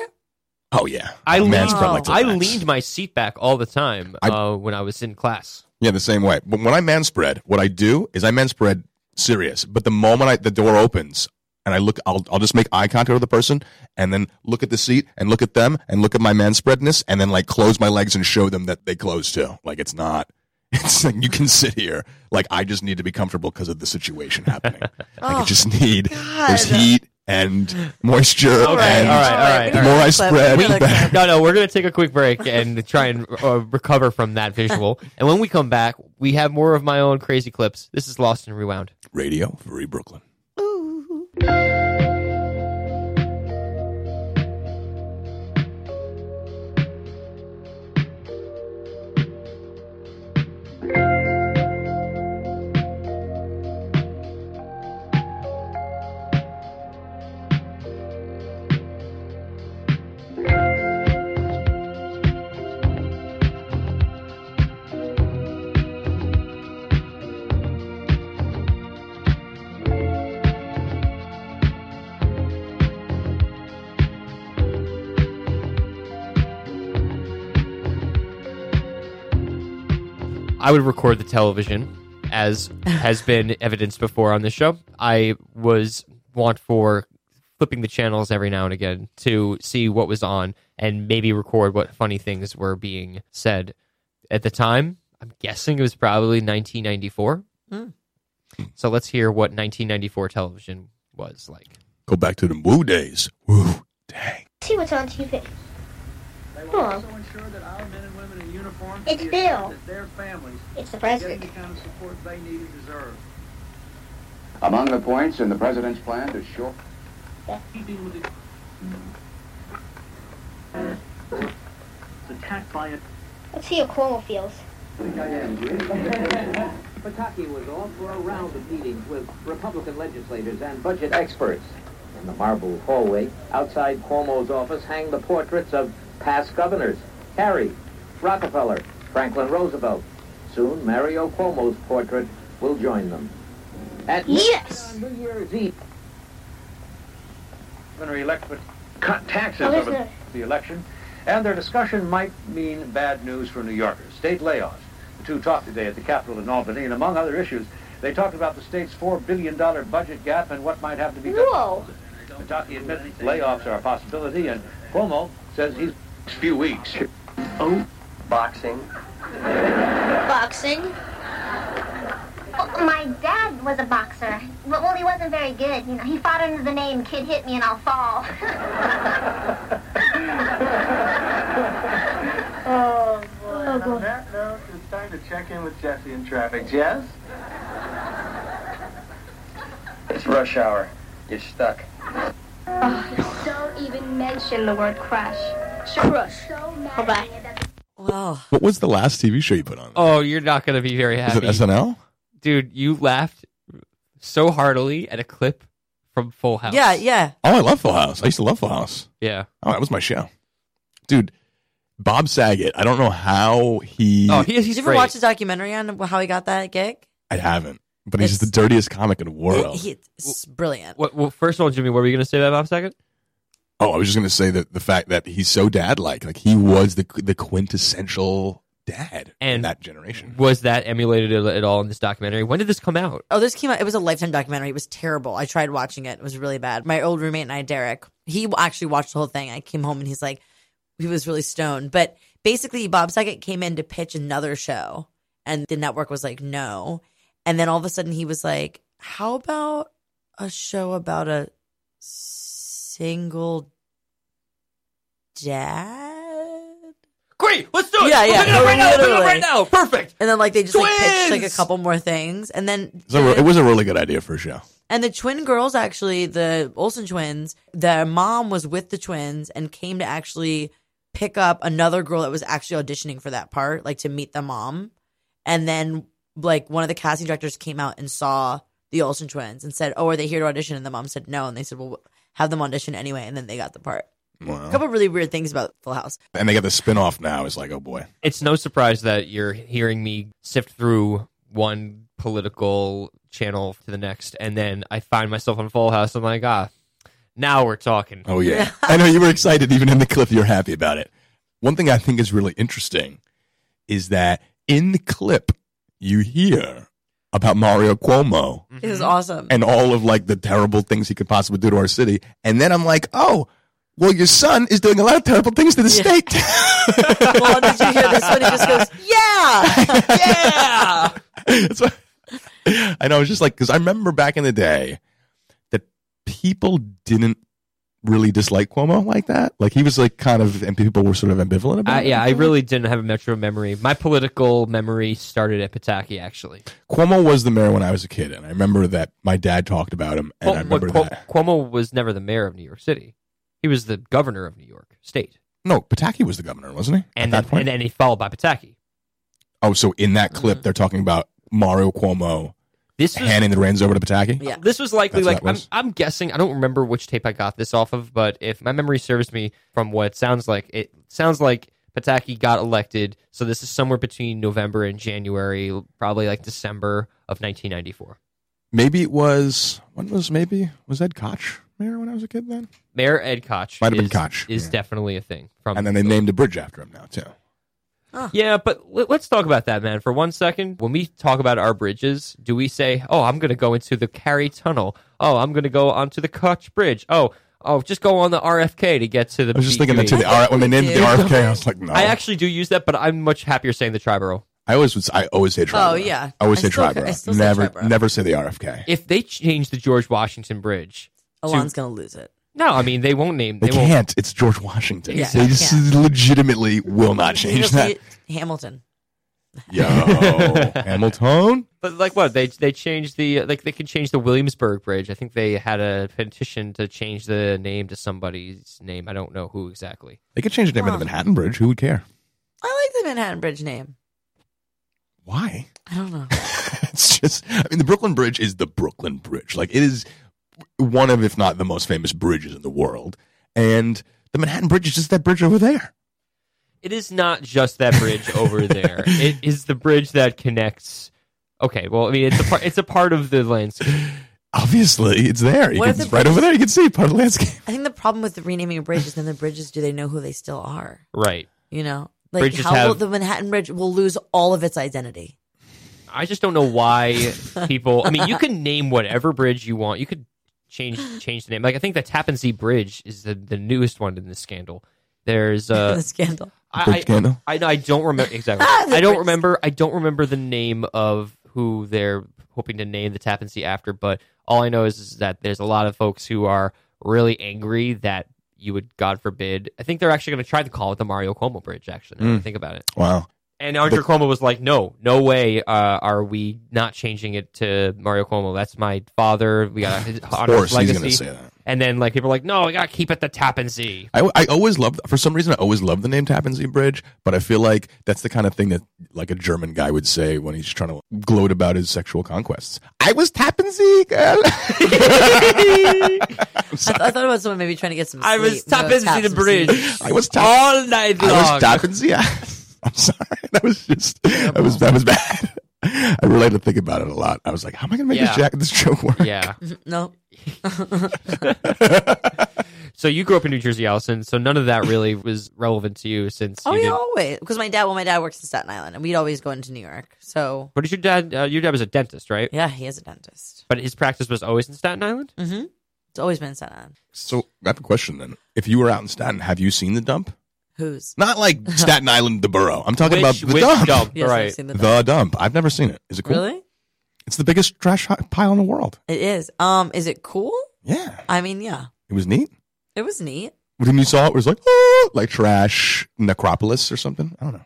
Speaker 5: Oh yeah,
Speaker 3: I
Speaker 5: A man
Speaker 3: leaned-
Speaker 5: spread like to the
Speaker 3: I
Speaker 5: max.
Speaker 3: leaned my seat back all the time
Speaker 5: I-
Speaker 3: uh, when I was in class.
Speaker 5: Yeah, the same way. But when I man spread, what I do is I man spread serious. But the moment I, the door opens and I look, I'll, I'll just make eye contact with the person and then look at the seat and look at them and look at my man spreadness and then like close my legs and show them that they close too. Like it's not, it's like you can sit here. Like I just need to be comfortable because of the situation happening. like
Speaker 3: Oh,
Speaker 5: I just need, there's heat and moisture
Speaker 3: All right,
Speaker 5: and
Speaker 3: all right, all right,
Speaker 4: we
Speaker 5: the
Speaker 4: got
Speaker 5: more I
Speaker 4: another clip,
Speaker 5: spread,
Speaker 4: we got
Speaker 5: the
Speaker 4: another
Speaker 5: better.
Speaker 4: clip.
Speaker 3: No, no, we're going to take a quick break and try and uh, recover from that visual. And when we come back, we have more of my own crazy clips. This is Lost and Rewound.
Speaker 5: Radio Free Brooklyn.
Speaker 3: I would record the television, as has been evidenced before on this show. I was want for flipping the channels every now and again to see what was on and maybe record what funny things were being said. At the time, I'm guessing it was probably 1994.
Speaker 4: Hmm.
Speaker 3: So let's hear what 1994 television was like.
Speaker 5: Go back to the woo days. Woo. Dang.
Speaker 7: See what's on TV.
Speaker 8: They will
Speaker 7: Cool.
Speaker 8: also ensure that our men and women in uniform
Speaker 7: It's
Speaker 8: be
Speaker 7: Bill.
Speaker 8: assisted, their families
Speaker 7: It's the
Speaker 8: get
Speaker 7: president.
Speaker 8: the kind of support they need and deserve.
Speaker 9: Among the points in the president's plan to shore.
Speaker 8: Keeping with the- It's attacked by a
Speaker 7: Let's see how Cuomo feels.
Speaker 10: Pataki was off for a round of meetings with Republican legislators and budget experts. In the marble hallway outside Cuomo's office hang the portraits of past governors, Carey, Rockefeller, Franklin Roosevelt. Soon, Mario Cuomo's portrait will join them. At
Speaker 7: Yes!
Speaker 10: on New Year's Eve,
Speaker 8: governor-elect would cut taxes
Speaker 7: Oh, there's
Speaker 8: over
Speaker 7: no-
Speaker 8: the election, and their discussion might mean bad news for New Yorkers, state layoffs. The two talked today at the Capitol in Albany, and among other issues, they talked about the state's $4 billion budget gap and what might have to be done.
Speaker 7: Whoa!
Speaker 8: Pataki admits layoffs are a possibility, and Cuomo says he's next few weeks. Oh, boxing.
Speaker 7: Boxing.
Speaker 11: Well, My dad was a boxer. Well, well, he wasn't very good. You know, he fought under the name "Kid Hit Me and I'll Fall."
Speaker 8: And on that note, it's time to check in with Jesse in traffic. Jess? It's rush hour. You're stuck.
Speaker 11: Don't even mention the word crush.
Speaker 7: Crush.
Speaker 11: So mad
Speaker 7: Bye-bye.
Speaker 11: at me that the
Speaker 4: Wow.
Speaker 5: What was the last TV show you put on?
Speaker 3: Oh, you're not going to be very
Speaker 5: Is it
Speaker 3: happy.
Speaker 5: SNL?
Speaker 3: Dude, you laughed so heartily at a clip from Full House.
Speaker 4: Yeah, yeah.
Speaker 5: Oh, I love Full House. I used to love Full House.
Speaker 3: Yeah.
Speaker 5: Oh, that was my show, dude. Bob Saget. I don't know how he.
Speaker 3: Oh, he, he's
Speaker 4: Did you ever
Speaker 3: great.
Speaker 4: watch the documentary on how he got that gig?
Speaker 5: I haven't, but he's just the
Speaker 4: It's-
Speaker 5: dirtiest comic in the world.
Speaker 4: It- he- it's brilliant.
Speaker 3: What, well, first of all, Jimmy, were we going to say that about a second?
Speaker 5: oh, I was just gonna say that the fact that he's so dad like, like he was the the quintessential dad in
Speaker 3: And-
Speaker 5: that generation.
Speaker 3: Was that emulated at at all in this documentary? When did this come out?
Speaker 4: Oh, this came out. It was a lifetime documentary. It was terrible. I tried watching it. It was really bad. My old roommate and I, Derek, he actually watched the whole thing. I came home and he's like, he was really stoned. But basically, Bob Saget came in to pitch another show, and the network was like, no. And then all of a sudden, he was like, how about a show about a single dad?
Speaker 3: Great, let's do it.
Speaker 4: Yeah,
Speaker 3: We'll
Speaker 4: yeah,
Speaker 3: pick it up right now. We'll pick it up
Speaker 4: literally.
Speaker 3: right now. Perfect.
Speaker 4: And then like they just like, pitched like a
Speaker 3: Twins!
Speaker 4: couple more things, and then
Speaker 5: It's a re- it was a really good idea for a show.
Speaker 4: and the twin girls actually, the Olsen twins, their mom was with the twins and came to actually pick up another girl that was actually auditioning for that part, like to meet the mom, and then like one of the casting directors came out and saw the Olsen twins and said, "Oh, are they here to audition?" And the mom said, "No," and they said, "Well, have them audition anyway," and then they got the part. A
Speaker 5: Wow.
Speaker 4: couple really weird things about Full House.
Speaker 5: And they got the spinoff now. It's like, oh boy.
Speaker 3: It's no surprise that you're hearing me sift through one political channel to the next, and then I find myself on Full House. I'm like, ah, now we're talking.
Speaker 5: Oh yeah. I know you were excited even in the clip. You're happy about it. One thing I think is really interesting is that in the clip you hear about Mario Cuomo
Speaker 4: It was awesome.
Speaker 5: Mm-hmm. and all of like the terrible things he could possibly do to our city, and then I'm like, oh, well, your son is doing a lot of terrible things to the state.
Speaker 4: well, did you hear this one? He just goes, "Yeah."
Speaker 5: yeah. I know. It's just like because I remember back in the day that people didn't really dislike Cuomo like that. Like he was like kind of, and people were sort of ambivalent about.
Speaker 3: I,
Speaker 5: it.
Speaker 3: Uh, yeah, I really didn't have a metro memory. My political memory started at Pataki, actually.
Speaker 5: Cuomo was the mayor when I was a kid, and I remember that my dad talked about him, and
Speaker 3: Cuomo,
Speaker 5: I remember
Speaker 3: Cuomo,
Speaker 5: that.
Speaker 3: Cuomo was never the mayor of New York City. He was the governor of New York State,
Speaker 5: No, Pataki was the governor, wasn't he?
Speaker 3: and
Speaker 5: at
Speaker 3: then,
Speaker 5: that
Speaker 3: and
Speaker 5: point.
Speaker 3: then Mm-hmm. he followed by Pataki.
Speaker 5: oh, so in that clip, they're talking about Mario Cuomo
Speaker 3: This was
Speaker 5: handing the reins over to Pataki.
Speaker 4: Yeah.
Speaker 3: This was likely
Speaker 5: That's
Speaker 3: like
Speaker 5: what it
Speaker 3: I'm,
Speaker 5: was.
Speaker 3: I'm guessing. I don't remember which tape I got this off of, but if my memory serves me from what it sounds like, it sounds like Pataki got elected. So this is somewhere between November and January, probably like December of 1994.
Speaker 5: Maybe it was. When was maybe was Ed Koch mayor when I was a kid then?
Speaker 3: Mayor Ed Koch
Speaker 5: Might have been
Speaker 3: is,
Speaker 5: Koch,
Speaker 3: is
Speaker 5: yeah.
Speaker 3: definitely a thing. From
Speaker 5: And then they named a bridge after him now too.
Speaker 3: yeah, but l- let's talk about that, man, for one second. When we talk about our bridges, do we say, "Oh, I'm going to go into the Cary Tunnel"? Oh, I'm going to go onto the Koch Bridge. Oh, oh, just go on the RFK to get to the.
Speaker 5: I was just thinking that
Speaker 3: BQE.
Speaker 5: too. The R- when they named it the
Speaker 4: Yeah.
Speaker 5: RFK, I was like, no.
Speaker 3: I actually do use that, but I'm much happier saying the Triborough.
Speaker 5: I always would, I always say Triborough.
Speaker 4: Oh, yeah.
Speaker 5: I always
Speaker 4: I
Speaker 5: say
Speaker 4: still- I
Speaker 5: Triborough.
Speaker 4: still say
Speaker 5: never
Speaker 4: Triborough.
Speaker 5: never say the RFK.
Speaker 3: If they change the George Washington Bridge,
Speaker 4: Alon's gonna lose it.
Speaker 3: no, I mean they won't name.
Speaker 5: they
Speaker 3: They, won't.
Speaker 5: can't. It's George Washington.
Speaker 4: Yeah,
Speaker 5: they
Speaker 4: they
Speaker 5: just
Speaker 4: can't.
Speaker 5: legitimately will not
Speaker 4: You'll
Speaker 5: change
Speaker 4: see
Speaker 5: that.
Speaker 4: it- Hamilton.
Speaker 5: Yo, Hamilton.
Speaker 3: But like what they they changed the like they could change the Williamsburg Bridge. I think they had a petition to change the name to somebody's name. I don't know who exactly.
Speaker 5: They could change the name of the Manhattan Bridge. Who would care?
Speaker 4: I like the Manhattan Bridge name.
Speaker 5: Why?
Speaker 4: I don't know.
Speaker 5: it's just. I mean, the Brooklyn Bridge is the Brooklyn Bridge. Like it is one of, if not the most famous bridges in the world. And the Manhattan Bridge is just that bridge over there.
Speaker 3: It is not just that bridge over there. It is the bridge that connects. Okay, well, I mean it's a part. It's a part of the landscape.
Speaker 5: Obviously, it's there. You
Speaker 4: What
Speaker 5: can,
Speaker 4: if the
Speaker 5: it's right over there. You can see part of the landscape.
Speaker 4: I think the problem with the renaming of bridges then the bridges, do they know who they still are?
Speaker 3: Right.
Speaker 4: You know, like
Speaker 3: Bridges
Speaker 4: how will
Speaker 3: have-
Speaker 4: the Manhattan Bridge will lose all of its identity?
Speaker 3: I just don't know why people. I mean, you can name whatever bridge you want. You could change change the name. Like I think the Tappan Zee Bridge is the, the newest one in this scandal. There's uh,
Speaker 4: the scandal.
Speaker 5: Bridge
Speaker 3: I, I,
Speaker 5: scandal.
Speaker 3: I I don't remember exactly.
Speaker 5: Ah,
Speaker 4: The
Speaker 3: I don't
Speaker 4: bridge
Speaker 3: remember. I don't remember the name of who they're hoping to name the Tappan Zee after. But all I know is, is that there's a lot of folks who are really angry that you would, God forbid. I think they're actually going to try to call it the Mario Cuomo Bridge. Actually, now that I
Speaker 5: Mm.
Speaker 3: think about it.
Speaker 5: Wow.
Speaker 3: And Andrew Cuomo was like, "No, no way. Uh, are we not changing it to Mario Cuomo? That's my father. We got his
Speaker 5: Of
Speaker 3: honor his
Speaker 5: course,
Speaker 3: legacy."
Speaker 5: he's going to say that.
Speaker 3: And then like people are like, "No, we got to keep it the Tappan Zee."
Speaker 5: I, I always love for some reason I always love the name Tappan Zee Bridge, but I feel like that's the kind of thing that like a German guy would say when he's trying to gloat about his sexual conquests. I was Tappan Zee girl.
Speaker 4: I, th- I thought about someone maybe trying to get some.
Speaker 3: I was
Speaker 4: sleep. No,
Speaker 3: Tappan Zee
Speaker 4: tap
Speaker 3: the
Speaker 4: some
Speaker 3: bridge
Speaker 4: sleep.
Speaker 5: I was Tappan.
Speaker 3: all night long.
Speaker 5: I was Tappan Zee. I'm sorry, that was just that was that was bad. I really had to think about it a lot. I was like, how am I going to make
Speaker 3: Yeah.
Speaker 5: this jack this joke work?
Speaker 3: yeah.
Speaker 4: No,
Speaker 3: So you grew up in New Jersey, Allison. So none of that really was relevant to you since.
Speaker 4: oh
Speaker 3: you
Speaker 4: yeah,
Speaker 3: didn't-
Speaker 4: always because my dad. Well, my dad works in Staten Island, and we'd always go into New York. So
Speaker 3: What did your dad? Uh, your dad was a dentist, right?
Speaker 4: yeah, he is a dentist.
Speaker 3: But his practice was always in Staten Island.
Speaker 4: Mm-hmm. It's always been Staten Island.
Speaker 5: So I have a question then. If you were out in Staten, have you seen the dump?
Speaker 4: Who's
Speaker 5: Not like Staten Island, the borough. I'm talking about
Speaker 3: which
Speaker 5: the
Speaker 3: which
Speaker 5: dump.
Speaker 3: dump?
Speaker 4: Yes, I've
Speaker 3: right.
Speaker 4: seen the dump.
Speaker 5: The dump. I've never seen it. Is it cool?
Speaker 4: really?
Speaker 5: It's the biggest trash hi- pile in the world.
Speaker 4: It is. Um, is it cool?
Speaker 5: Yeah.
Speaker 4: I mean, yeah,
Speaker 5: It was neat.
Speaker 4: it was neat.
Speaker 5: when you saw it, it was like, "Ah," like trash necropolis or something. I don't know.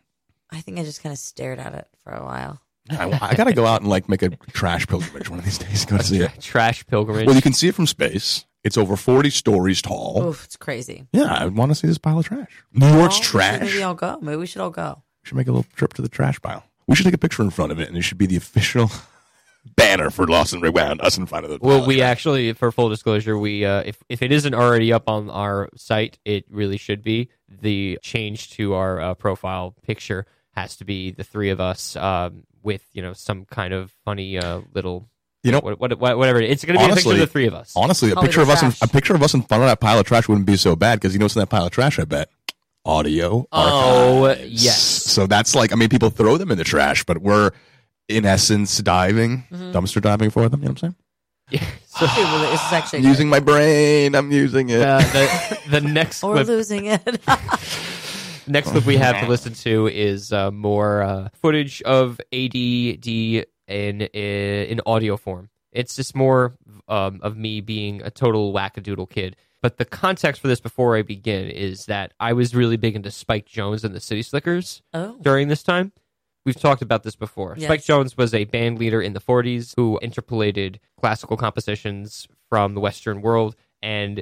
Speaker 4: I think I just kind of stared at it for a while.
Speaker 5: I, I gotta go out and like make a trash pilgrimage one of these days. Go see it.
Speaker 3: Trash pilgrimage.
Speaker 5: Well, you can see it from space. It's over forty stories tall.
Speaker 3: Oh.
Speaker 4: Oof, it's crazy.
Speaker 5: Yeah, I want to see this pile of trash. New York's
Speaker 4: Oh. Well, we should-
Speaker 5: trash.
Speaker 4: Maybe
Speaker 5: We
Speaker 4: I'll go. Maybe we should all go.
Speaker 5: should make a little trip to the trash pile. We should take a picture in front of it, and it should be the official banner for Lawson Rewound. Us in front of the. pile
Speaker 3: Well,
Speaker 5: of
Speaker 3: we
Speaker 5: trash.
Speaker 3: actually, for full disclosure, we uh, if if it isn't already up on our site, it really should be. The change to our uh, profile picture has to be the three of us um, with you know some kind of funny uh, little
Speaker 5: You know-
Speaker 3: what, what, what- whatever it is. it's going to be a picture
Speaker 5: Honestly-
Speaker 3: of the three of us.
Speaker 5: honestly a
Speaker 4: Probably
Speaker 5: picture
Speaker 4: the
Speaker 5: of us in,
Speaker 4: trash.
Speaker 5: a picture of us in front of that pile of trash wouldn't be so bad because you know what's in that pile of trash? I bet audio.
Speaker 3: Oh,
Speaker 5: archives.
Speaker 3: yes.
Speaker 5: So that's like I mean, people throw them in the trash, but we're in essence diving,
Speaker 3: Mm-hmm.
Speaker 5: dumpster diving for them. You know what I'm saying?
Speaker 3: So,
Speaker 4: Dude, well, this is actually
Speaker 5: I'm using my brain. I'm using it.
Speaker 3: uh, the, the next
Speaker 4: or
Speaker 3: clip,
Speaker 4: losing it.
Speaker 3: next clip we have to listen to is uh, more uh, footage of ADD in in audio form. It's just more um, of me being a total wackadoodle kid. But the context for this before I begin is that I was really big into Spike Jones and the City Slickers
Speaker 4: oh,
Speaker 3: during this time. We've talked about this before.
Speaker 4: Yes.
Speaker 3: Spike Jones was a band leader in the 40s who interpolated classical compositions from the Western world and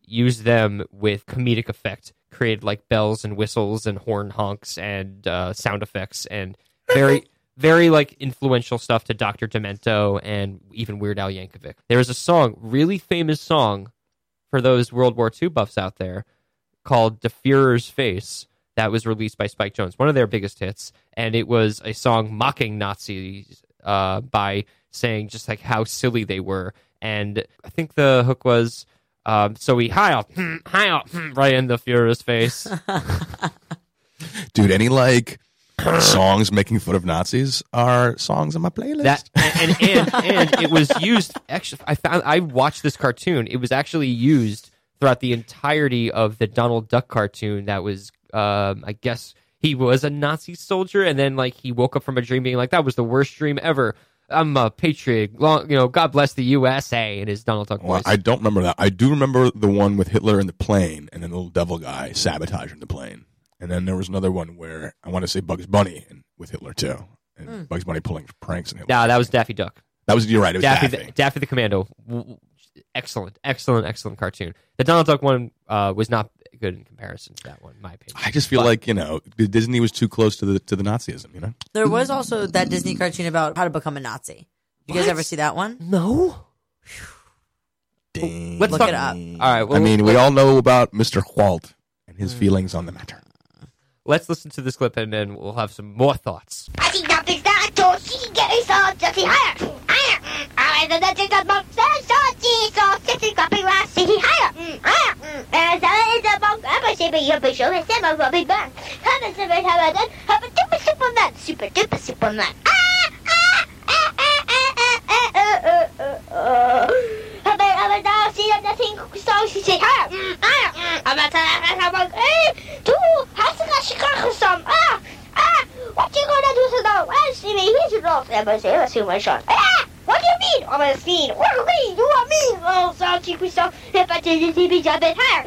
Speaker 3: used them with comedic effect, created like bells and whistles and horn honks and uh, sound effects and very, very like influential stuff to Dr. Demento and even Weird Al Yankovic. There is a song, really famous song for those World War II buffs out there called "The Führer's Face" that was released by Spike Jones, one of their biggest hits, and it was a song mocking Nazis uh, by saying just like how silly they were, and I think the hook was. Um, so we high up, hmm, high up, hmm, right in the Führer's face.
Speaker 5: Dude, any like songs making fun of Nazis are songs on my playlist.
Speaker 3: that and and, and and it was used. Actually, I found I watched this cartoon. It was actually used throughout the entirety of the Donald Duck cartoon. That was, um, I guess, he was a Nazi soldier, and then like he woke up from a dream being like, "That was the worst dream ever." I'm a patriot. Long, you know, God bless the USA. In his Donald Duck
Speaker 5: well,
Speaker 3: voice.
Speaker 5: I don't remember that. I do remember the one with Hitler in the plane and then the little devil guy sabotaging the plane. And then there was another one where I want to say Bugs Bunny and with Hitler too. And Bugs Bunny pulling pranks and Hitler.
Speaker 3: no, that was Daffy Duck.
Speaker 5: that was you're right. It was
Speaker 3: Daffy,
Speaker 5: Daffy.
Speaker 3: The, Daffy the Commando. W- w- Excellent, excellent, excellent cartoon. The Donald Duck one uh, was not good in comparison to that one, in my opinion.
Speaker 5: I just feel like you know Disney was too close to the to the Nazism. You know,
Speaker 4: there was also that Disney cartoon about how to become a Nazi. You guys ever see that one?
Speaker 3: No. Let's
Speaker 4: Look
Speaker 3: talk-
Speaker 4: it up.
Speaker 3: All right. Well,
Speaker 5: I mean, we all know about Mr. Walt and his feelings on the matter.
Speaker 3: let's listen to this clip and then we'll have some more thoughts.
Speaker 7: I think that is that door. She gets so dirty higher, higher. I am the nothing that bump says so she so sitting copy last see higher, higher. And so is a bump ever she be your bishop and seven will be burned. Have a seven have a then have a super superman, super duper superman. Ah, ah, ah, ah, ah, ah, ah, ah, ah, ah, ah. Have I ever now seen a nothing so she say higher, higher. I'm a time I have a two has a Chicago some. Ah, ah. What you gonna do to the West? You mean he's lost ever since too much on. Ah! What do you mean? I'm a fiend. What do you mean? You want me? Oh, so cheeky so if I did the TV job at higher.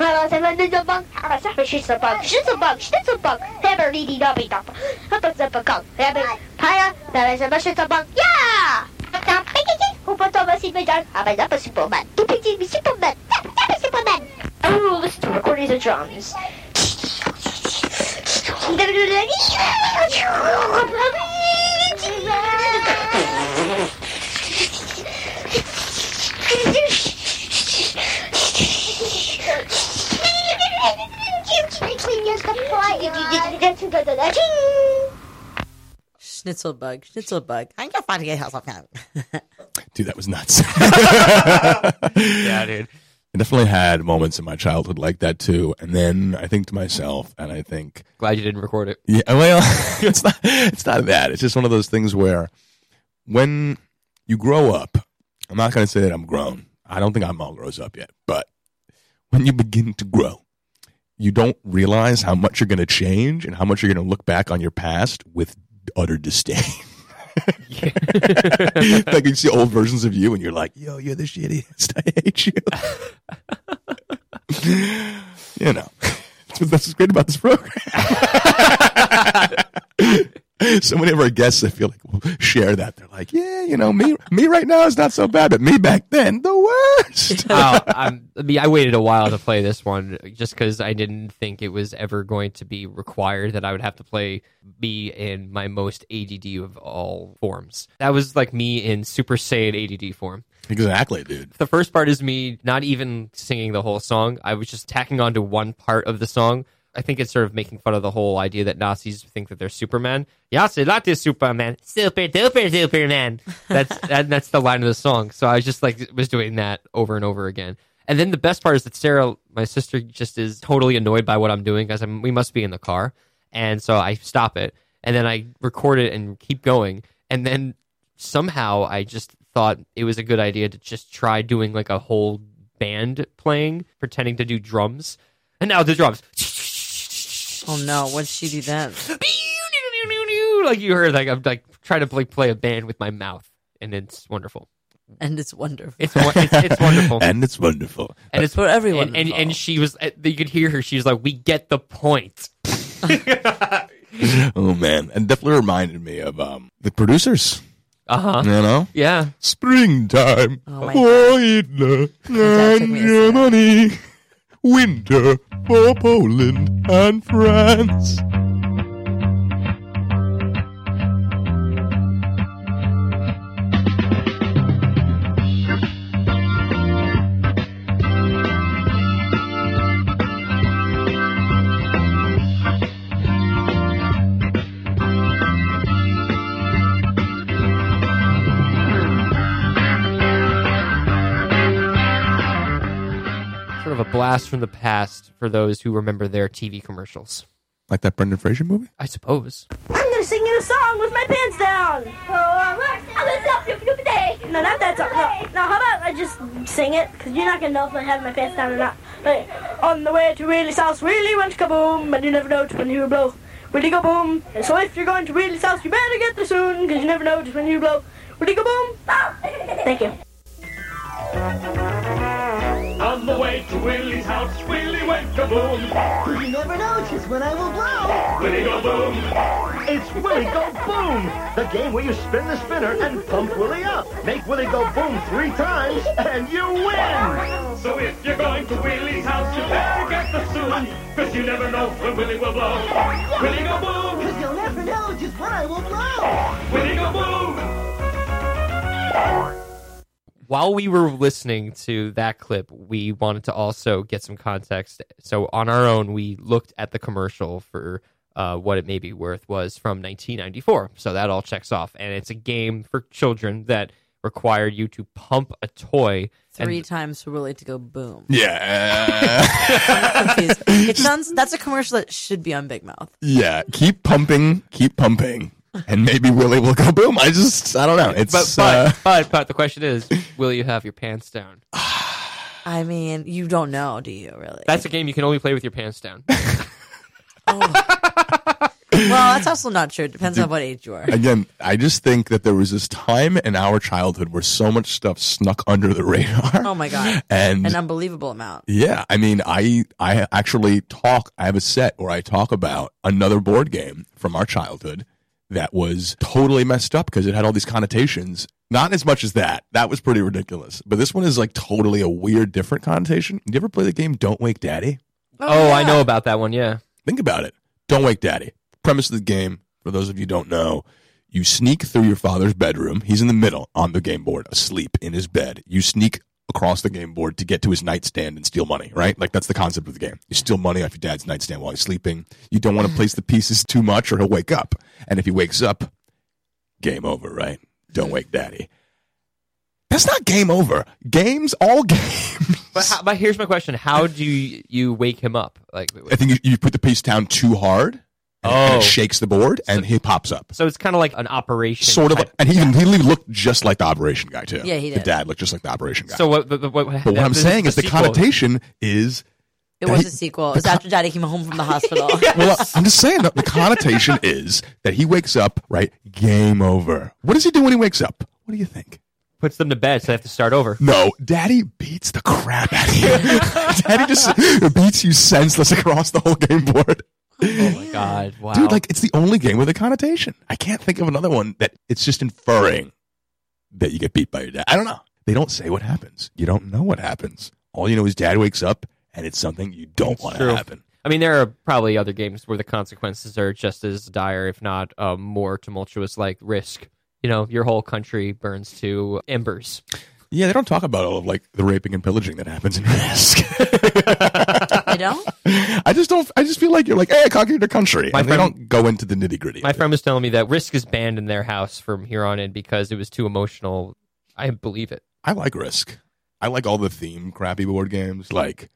Speaker 7: I was a little bunk. I was a she's a bunk. She's a bunk. She's a bunk. Never really dubby dump. Up a zip a gunk. Never higher. uh, That is a much a bunk. Yeah! Now, pick it up. Who put all my seat down? I'm a superman. You pick it, superman. Yep, yep, superman. Oh, listen to recordings of drums.
Speaker 4: Schnitzel bug, schnitzel bug. I'm gonna find a house of time.
Speaker 5: Dude, that was nuts.
Speaker 3: Yeah, dude.
Speaker 5: I definitely had moments in my childhood like that too. And then I think to myself, and I think,
Speaker 3: Glad you didn't record it.
Speaker 5: yeah, well, it's not, it's not that. It's just one of those things where when you grow up, I'm not going to say that I'm grown. I don't think I'm all grows up yet, but when you begin to grow, you don't realize how much you're going to change and how much you're going to look back on your past with utter disdain. like you see old versions of you and you're like, yo, you're the shittiest. I hate you. you know, that's what- that's what's great about this program. so many of our guests, I feel like, will share that. They're like, yeah, you know, me, me right now is not so bad, but me back then, the worst.
Speaker 3: oh, I'm, I mean, I waited a while to play this one just because I didn't think it was ever going to be required that I would have to play me in my most ADD of all forms. That was like me in Super Saiyan ADD form.
Speaker 5: exactly, dude.
Speaker 3: The first part is me not even singing the whole song. I was just tacking on to one part of the song. I think it's sort of making fun of the whole idea that Nazis think that they're Superman. Yasilati Superman, super duper Superman. That's that, that's the line of the song. So I just like was doing that over and over again. And then the best part is that Sarah, my sister, just is totally annoyed by what I'm doing because I'm, we must be in the car, and so I stop it and then I record it and keep going. And then somehow I just thought it was a good idea to just try doing like a whole band playing, pretending to do drums. And now the drums.
Speaker 4: Oh no, what'd she do then?
Speaker 3: Like you heard, like I'm like trying to like play a band with my mouth, and it's wonderful.
Speaker 4: And it's wonderful.
Speaker 3: It's won- it's, it's wonderful,
Speaker 5: And it's wonderful.
Speaker 3: and it's
Speaker 4: for uh, everyone
Speaker 3: And and, and
Speaker 4: involved.
Speaker 3: she was, uh, you could hear her. She was like, "We get the point."
Speaker 5: Oh man, and definitely reminded me of um, the producers.
Speaker 3: Uh huh.
Speaker 4: Mm.
Speaker 5: You know,
Speaker 3: Yeah.
Speaker 5: springtime,
Speaker 4: Oh, my
Speaker 5: for Hitler
Speaker 4: dad took
Speaker 5: and
Speaker 4: me to see that.
Speaker 5: Germany, winter for Poland and France.
Speaker 3: Sort of a blast from the past for those who remember their TV commercials.
Speaker 5: Like that Brendan Fraser movie?
Speaker 3: I suppose.
Speaker 7: I'm gonna sing you a song with my pants down. Oh, I'm No, not that song. No, no, how about I just sing it? Because you're not gonna know if I have my pants down or not. But on the way to Wheelie's house, Wheelie went kaboom, and you never know just when he will blow. Wheelie go boom. And so if you're going to Wheelie's house, you better get there soon, because you never know just when you blow. Wheelie go boom. Thank you.
Speaker 8: On the way to Willie's house, Willie went kaboom. You never know just when I will blow. Willie go boom. It's Willie go boom, the game where you spin the spinner and pump Willie up. Make Willie go boom three times, and you win. So if you're going to Willie's house, you better get the soon, because you never know when Willie will blow. Willie go boom. Because you'll never know just when I will blow. Willie go boom.
Speaker 3: while we were listening to that clip, we wanted to also get some context. So on our own, we looked at the commercial for uh, what it may be worth was from 1994. So that all checks off, and it's a game for children that required you to pump a toy. and-
Speaker 4: Three times for Willie to go boom.
Speaker 5: Yeah,
Speaker 4: Confused. it sounds that's a commercial that should be on Big Mouth.
Speaker 5: yeah. Keep pumping, keep pumping, and maybe Willie will go boom. I just, I don't know. It's
Speaker 3: but,
Speaker 5: uh,
Speaker 3: but but but the question is, will you have your pants down?
Speaker 4: I mean, you don't know, do you really? Oh.
Speaker 3: That's a game you can only play with your pants down.
Speaker 4: well, that's also not true. It depends on what age you are.
Speaker 5: again, I just think that there was this time in our childhood where so much stuff snuck under the radar.
Speaker 4: Oh my god.
Speaker 5: and
Speaker 4: An unbelievable amount.
Speaker 5: Yeah, I mean, I I actually talk. I have a set where I talk about another board game from our childhood that was totally messed up because it had all these connotations. Not as much as that. That was pretty ridiculous. But this one is like totally a weird, different connotation. You ever play the game Don't Wake Daddy?
Speaker 3: oh, I know about that one. Yeah.
Speaker 5: Think about it. Don't wake daddy. Premise of the game, for those of you who don't know, you sneak through your father's bedroom. He's in the middle on the game board, asleep in his bed. You sneak across the game board to get to his nightstand and steal money, right? Like that's the concept of the game. You steal money off your dad's nightstand while he's sleeping. You don't want to place the pieces too much or he'll wake up. And if he wakes up, game over, right? Don't wake daddy. That's not game over. Games, all games.
Speaker 3: But, how, but here's my question: How do you, you wake him up? Like,
Speaker 5: I think you, you put the piece down too hard. And, it- and
Speaker 3: Oh.
Speaker 5: it shakes the board, and he pops up.
Speaker 3: so it's kind of like an operation,
Speaker 5: Sort of,
Speaker 3: type-
Speaker 5: and he even he looked just like the operation guy too.
Speaker 4: Yeah, he
Speaker 5: The
Speaker 4: did.
Speaker 5: dad looked just like the operation guy.
Speaker 3: So what? But, but what,
Speaker 5: but what I'm saying is the
Speaker 3: sequel-
Speaker 5: connotation is.
Speaker 4: It was
Speaker 5: That-
Speaker 4: a sequel. It was after Daddy came home from the hospital.
Speaker 5: Well, I'm just saying that the connotation is that he wakes up, right? Game over. What does he do when he wakes up? What do you think?
Speaker 3: puts them to bed, so they have to start over.
Speaker 5: No, Daddy beats the crap out of you. Daddy just beats you senseless across the whole game board.
Speaker 3: Oh my god! Wow,
Speaker 5: Dude, like it's the only game with a connotation. I can't think of another one that it's just inferring that you get beat by your dad. I don't know. They don't say what happens. You don't know what happens. All you know is dad wakes up and it's something you don't want
Speaker 3: true.
Speaker 5: to happen.
Speaker 3: I mean, there are probably other games where the consequences are just as dire, if not uh, more tumultuous, like Risk. You know, your whole country burns to embers.
Speaker 5: Yeah, they don't talk about all of like the raping and pillaging that happens in Risk.
Speaker 4: I don't.
Speaker 5: I just don't. I just feel like you're like, hey, I conquered the country.
Speaker 3: My
Speaker 5: and they
Speaker 3: friend-
Speaker 5: don't go into the nitty gritty.
Speaker 3: My friend was telling me that Risk is banned in their house from here on in because it was too emotional. I believe it.
Speaker 5: I like Risk. I like all the theme crappy board games like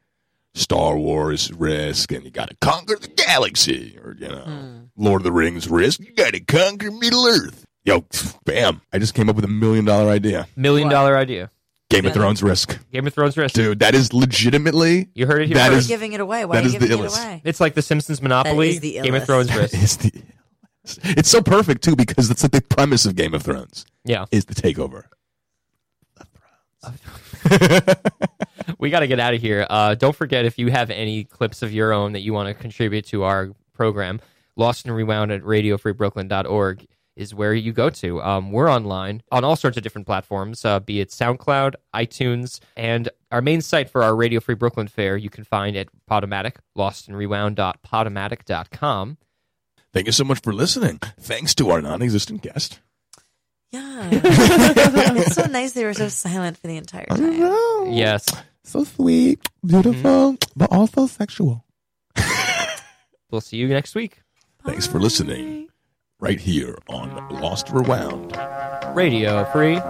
Speaker 5: Star Wars Risk and you got to conquer the galaxy or you know Lord of the Rings Risk. You got to conquer Middle Earth. Yo, bam! I just came up with a million dollar idea.
Speaker 3: Million
Speaker 4: Wow.
Speaker 3: dollar idea.
Speaker 5: Game of
Speaker 4: Yeah.
Speaker 5: Thrones Risk,
Speaker 3: Game of Thrones Risk.
Speaker 5: dude. That is legitimately
Speaker 3: You heard it here.
Speaker 5: That
Speaker 3: first.
Speaker 4: Why are
Speaker 5: is-
Speaker 4: you giving it away? Why
Speaker 5: that
Speaker 4: are you
Speaker 5: is the
Speaker 4: giving it
Speaker 5: illest.
Speaker 4: away?
Speaker 3: It's like The Simpsons Monopoly.
Speaker 4: the
Speaker 3: Game of
Speaker 4: illest.
Speaker 3: Thrones Risk.
Speaker 5: is the. It's so perfect too because that's like the premise of Game of Thrones
Speaker 3: Yeah,
Speaker 5: is the takeover.
Speaker 3: we got to get out of here. Uh, don't forget if you have any clips of your own that you want to contribute to our program, Lost and Rewound at RadioFreeBrooklyn.org is where you go to. Um, we're online on all sorts of different platforms, uh, be it SoundCloud, iTunes, and our main site for our Radio Free Brooklyn Fair you can find at Podomatic, lostandrewound.podomatic.com.
Speaker 5: Thank you so much for listening. Thanks to our non-existent guest.
Speaker 4: Yeah. it's so nice they were so silent for the entire time.
Speaker 3: Yes.
Speaker 5: Oh, So sweet, beautiful, but also sexual.
Speaker 3: We'll see you next week.
Speaker 5: Thanks for listening. Right here on Lost Rewound.
Speaker 3: Radio Free.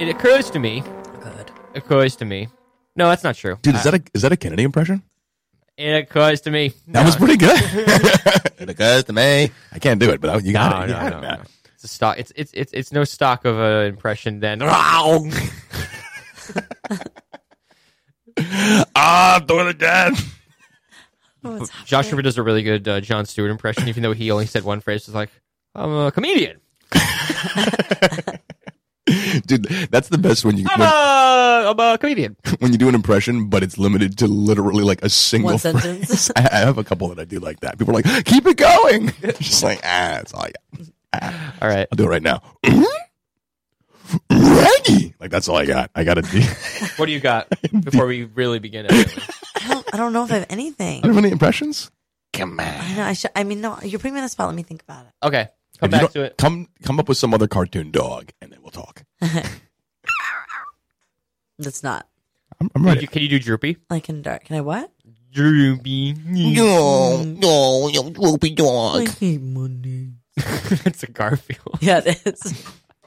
Speaker 3: It occurs to me,
Speaker 4: Good.
Speaker 3: occurs to me. No, that's not true.
Speaker 5: Dude, is that a is that a Kennedy impression?
Speaker 3: It occurs to me.
Speaker 5: That was pretty good. it occurs to me. I can't do it, but I, you got
Speaker 3: No,
Speaker 5: it. You
Speaker 3: no,
Speaker 5: got
Speaker 3: no,
Speaker 5: it, man.
Speaker 3: no. It's a stock. It's it's it's it's no stock of an impression. Then
Speaker 5: Ah, do it again.
Speaker 4: Oh,
Speaker 3: Josh River does a really good uh, John Stewart impression, even though he only said one phrase. It's like I'm a comedian.
Speaker 5: Dude, that's the best when you
Speaker 3: I'm
Speaker 5: when,
Speaker 3: a, I'm a comedian.
Speaker 5: when you do an impression, but it's limited to literally like a single
Speaker 4: One
Speaker 5: phrase.
Speaker 4: sentence.
Speaker 5: I, I have a couple that I do like that. People are like, keep it going. Just like, ah, that's all I got.
Speaker 3: All right.
Speaker 5: I'll do it right now. Reggie, like that's all I got. I got to do. I
Speaker 3: What do you got before we really begin? It?
Speaker 4: I don't, I don't know if I have anything.
Speaker 5: don't have any impressions. Come
Speaker 4: I,
Speaker 5: on,
Speaker 4: know, I, should, I mean, no, you're putting me on the spot. Let me think about it.
Speaker 3: Okay, come back to it.
Speaker 5: Come, come up with some other cartoon dog, and then we'll talk.
Speaker 4: That's not.
Speaker 5: I'm, I'm
Speaker 3: Could you, can you do droopy?
Speaker 4: Like in dark. Can I what?
Speaker 3: Droopy.
Speaker 5: No, no, you droopy dog.
Speaker 4: hate money.
Speaker 3: it's a Garfield.
Speaker 4: Yeah, it is.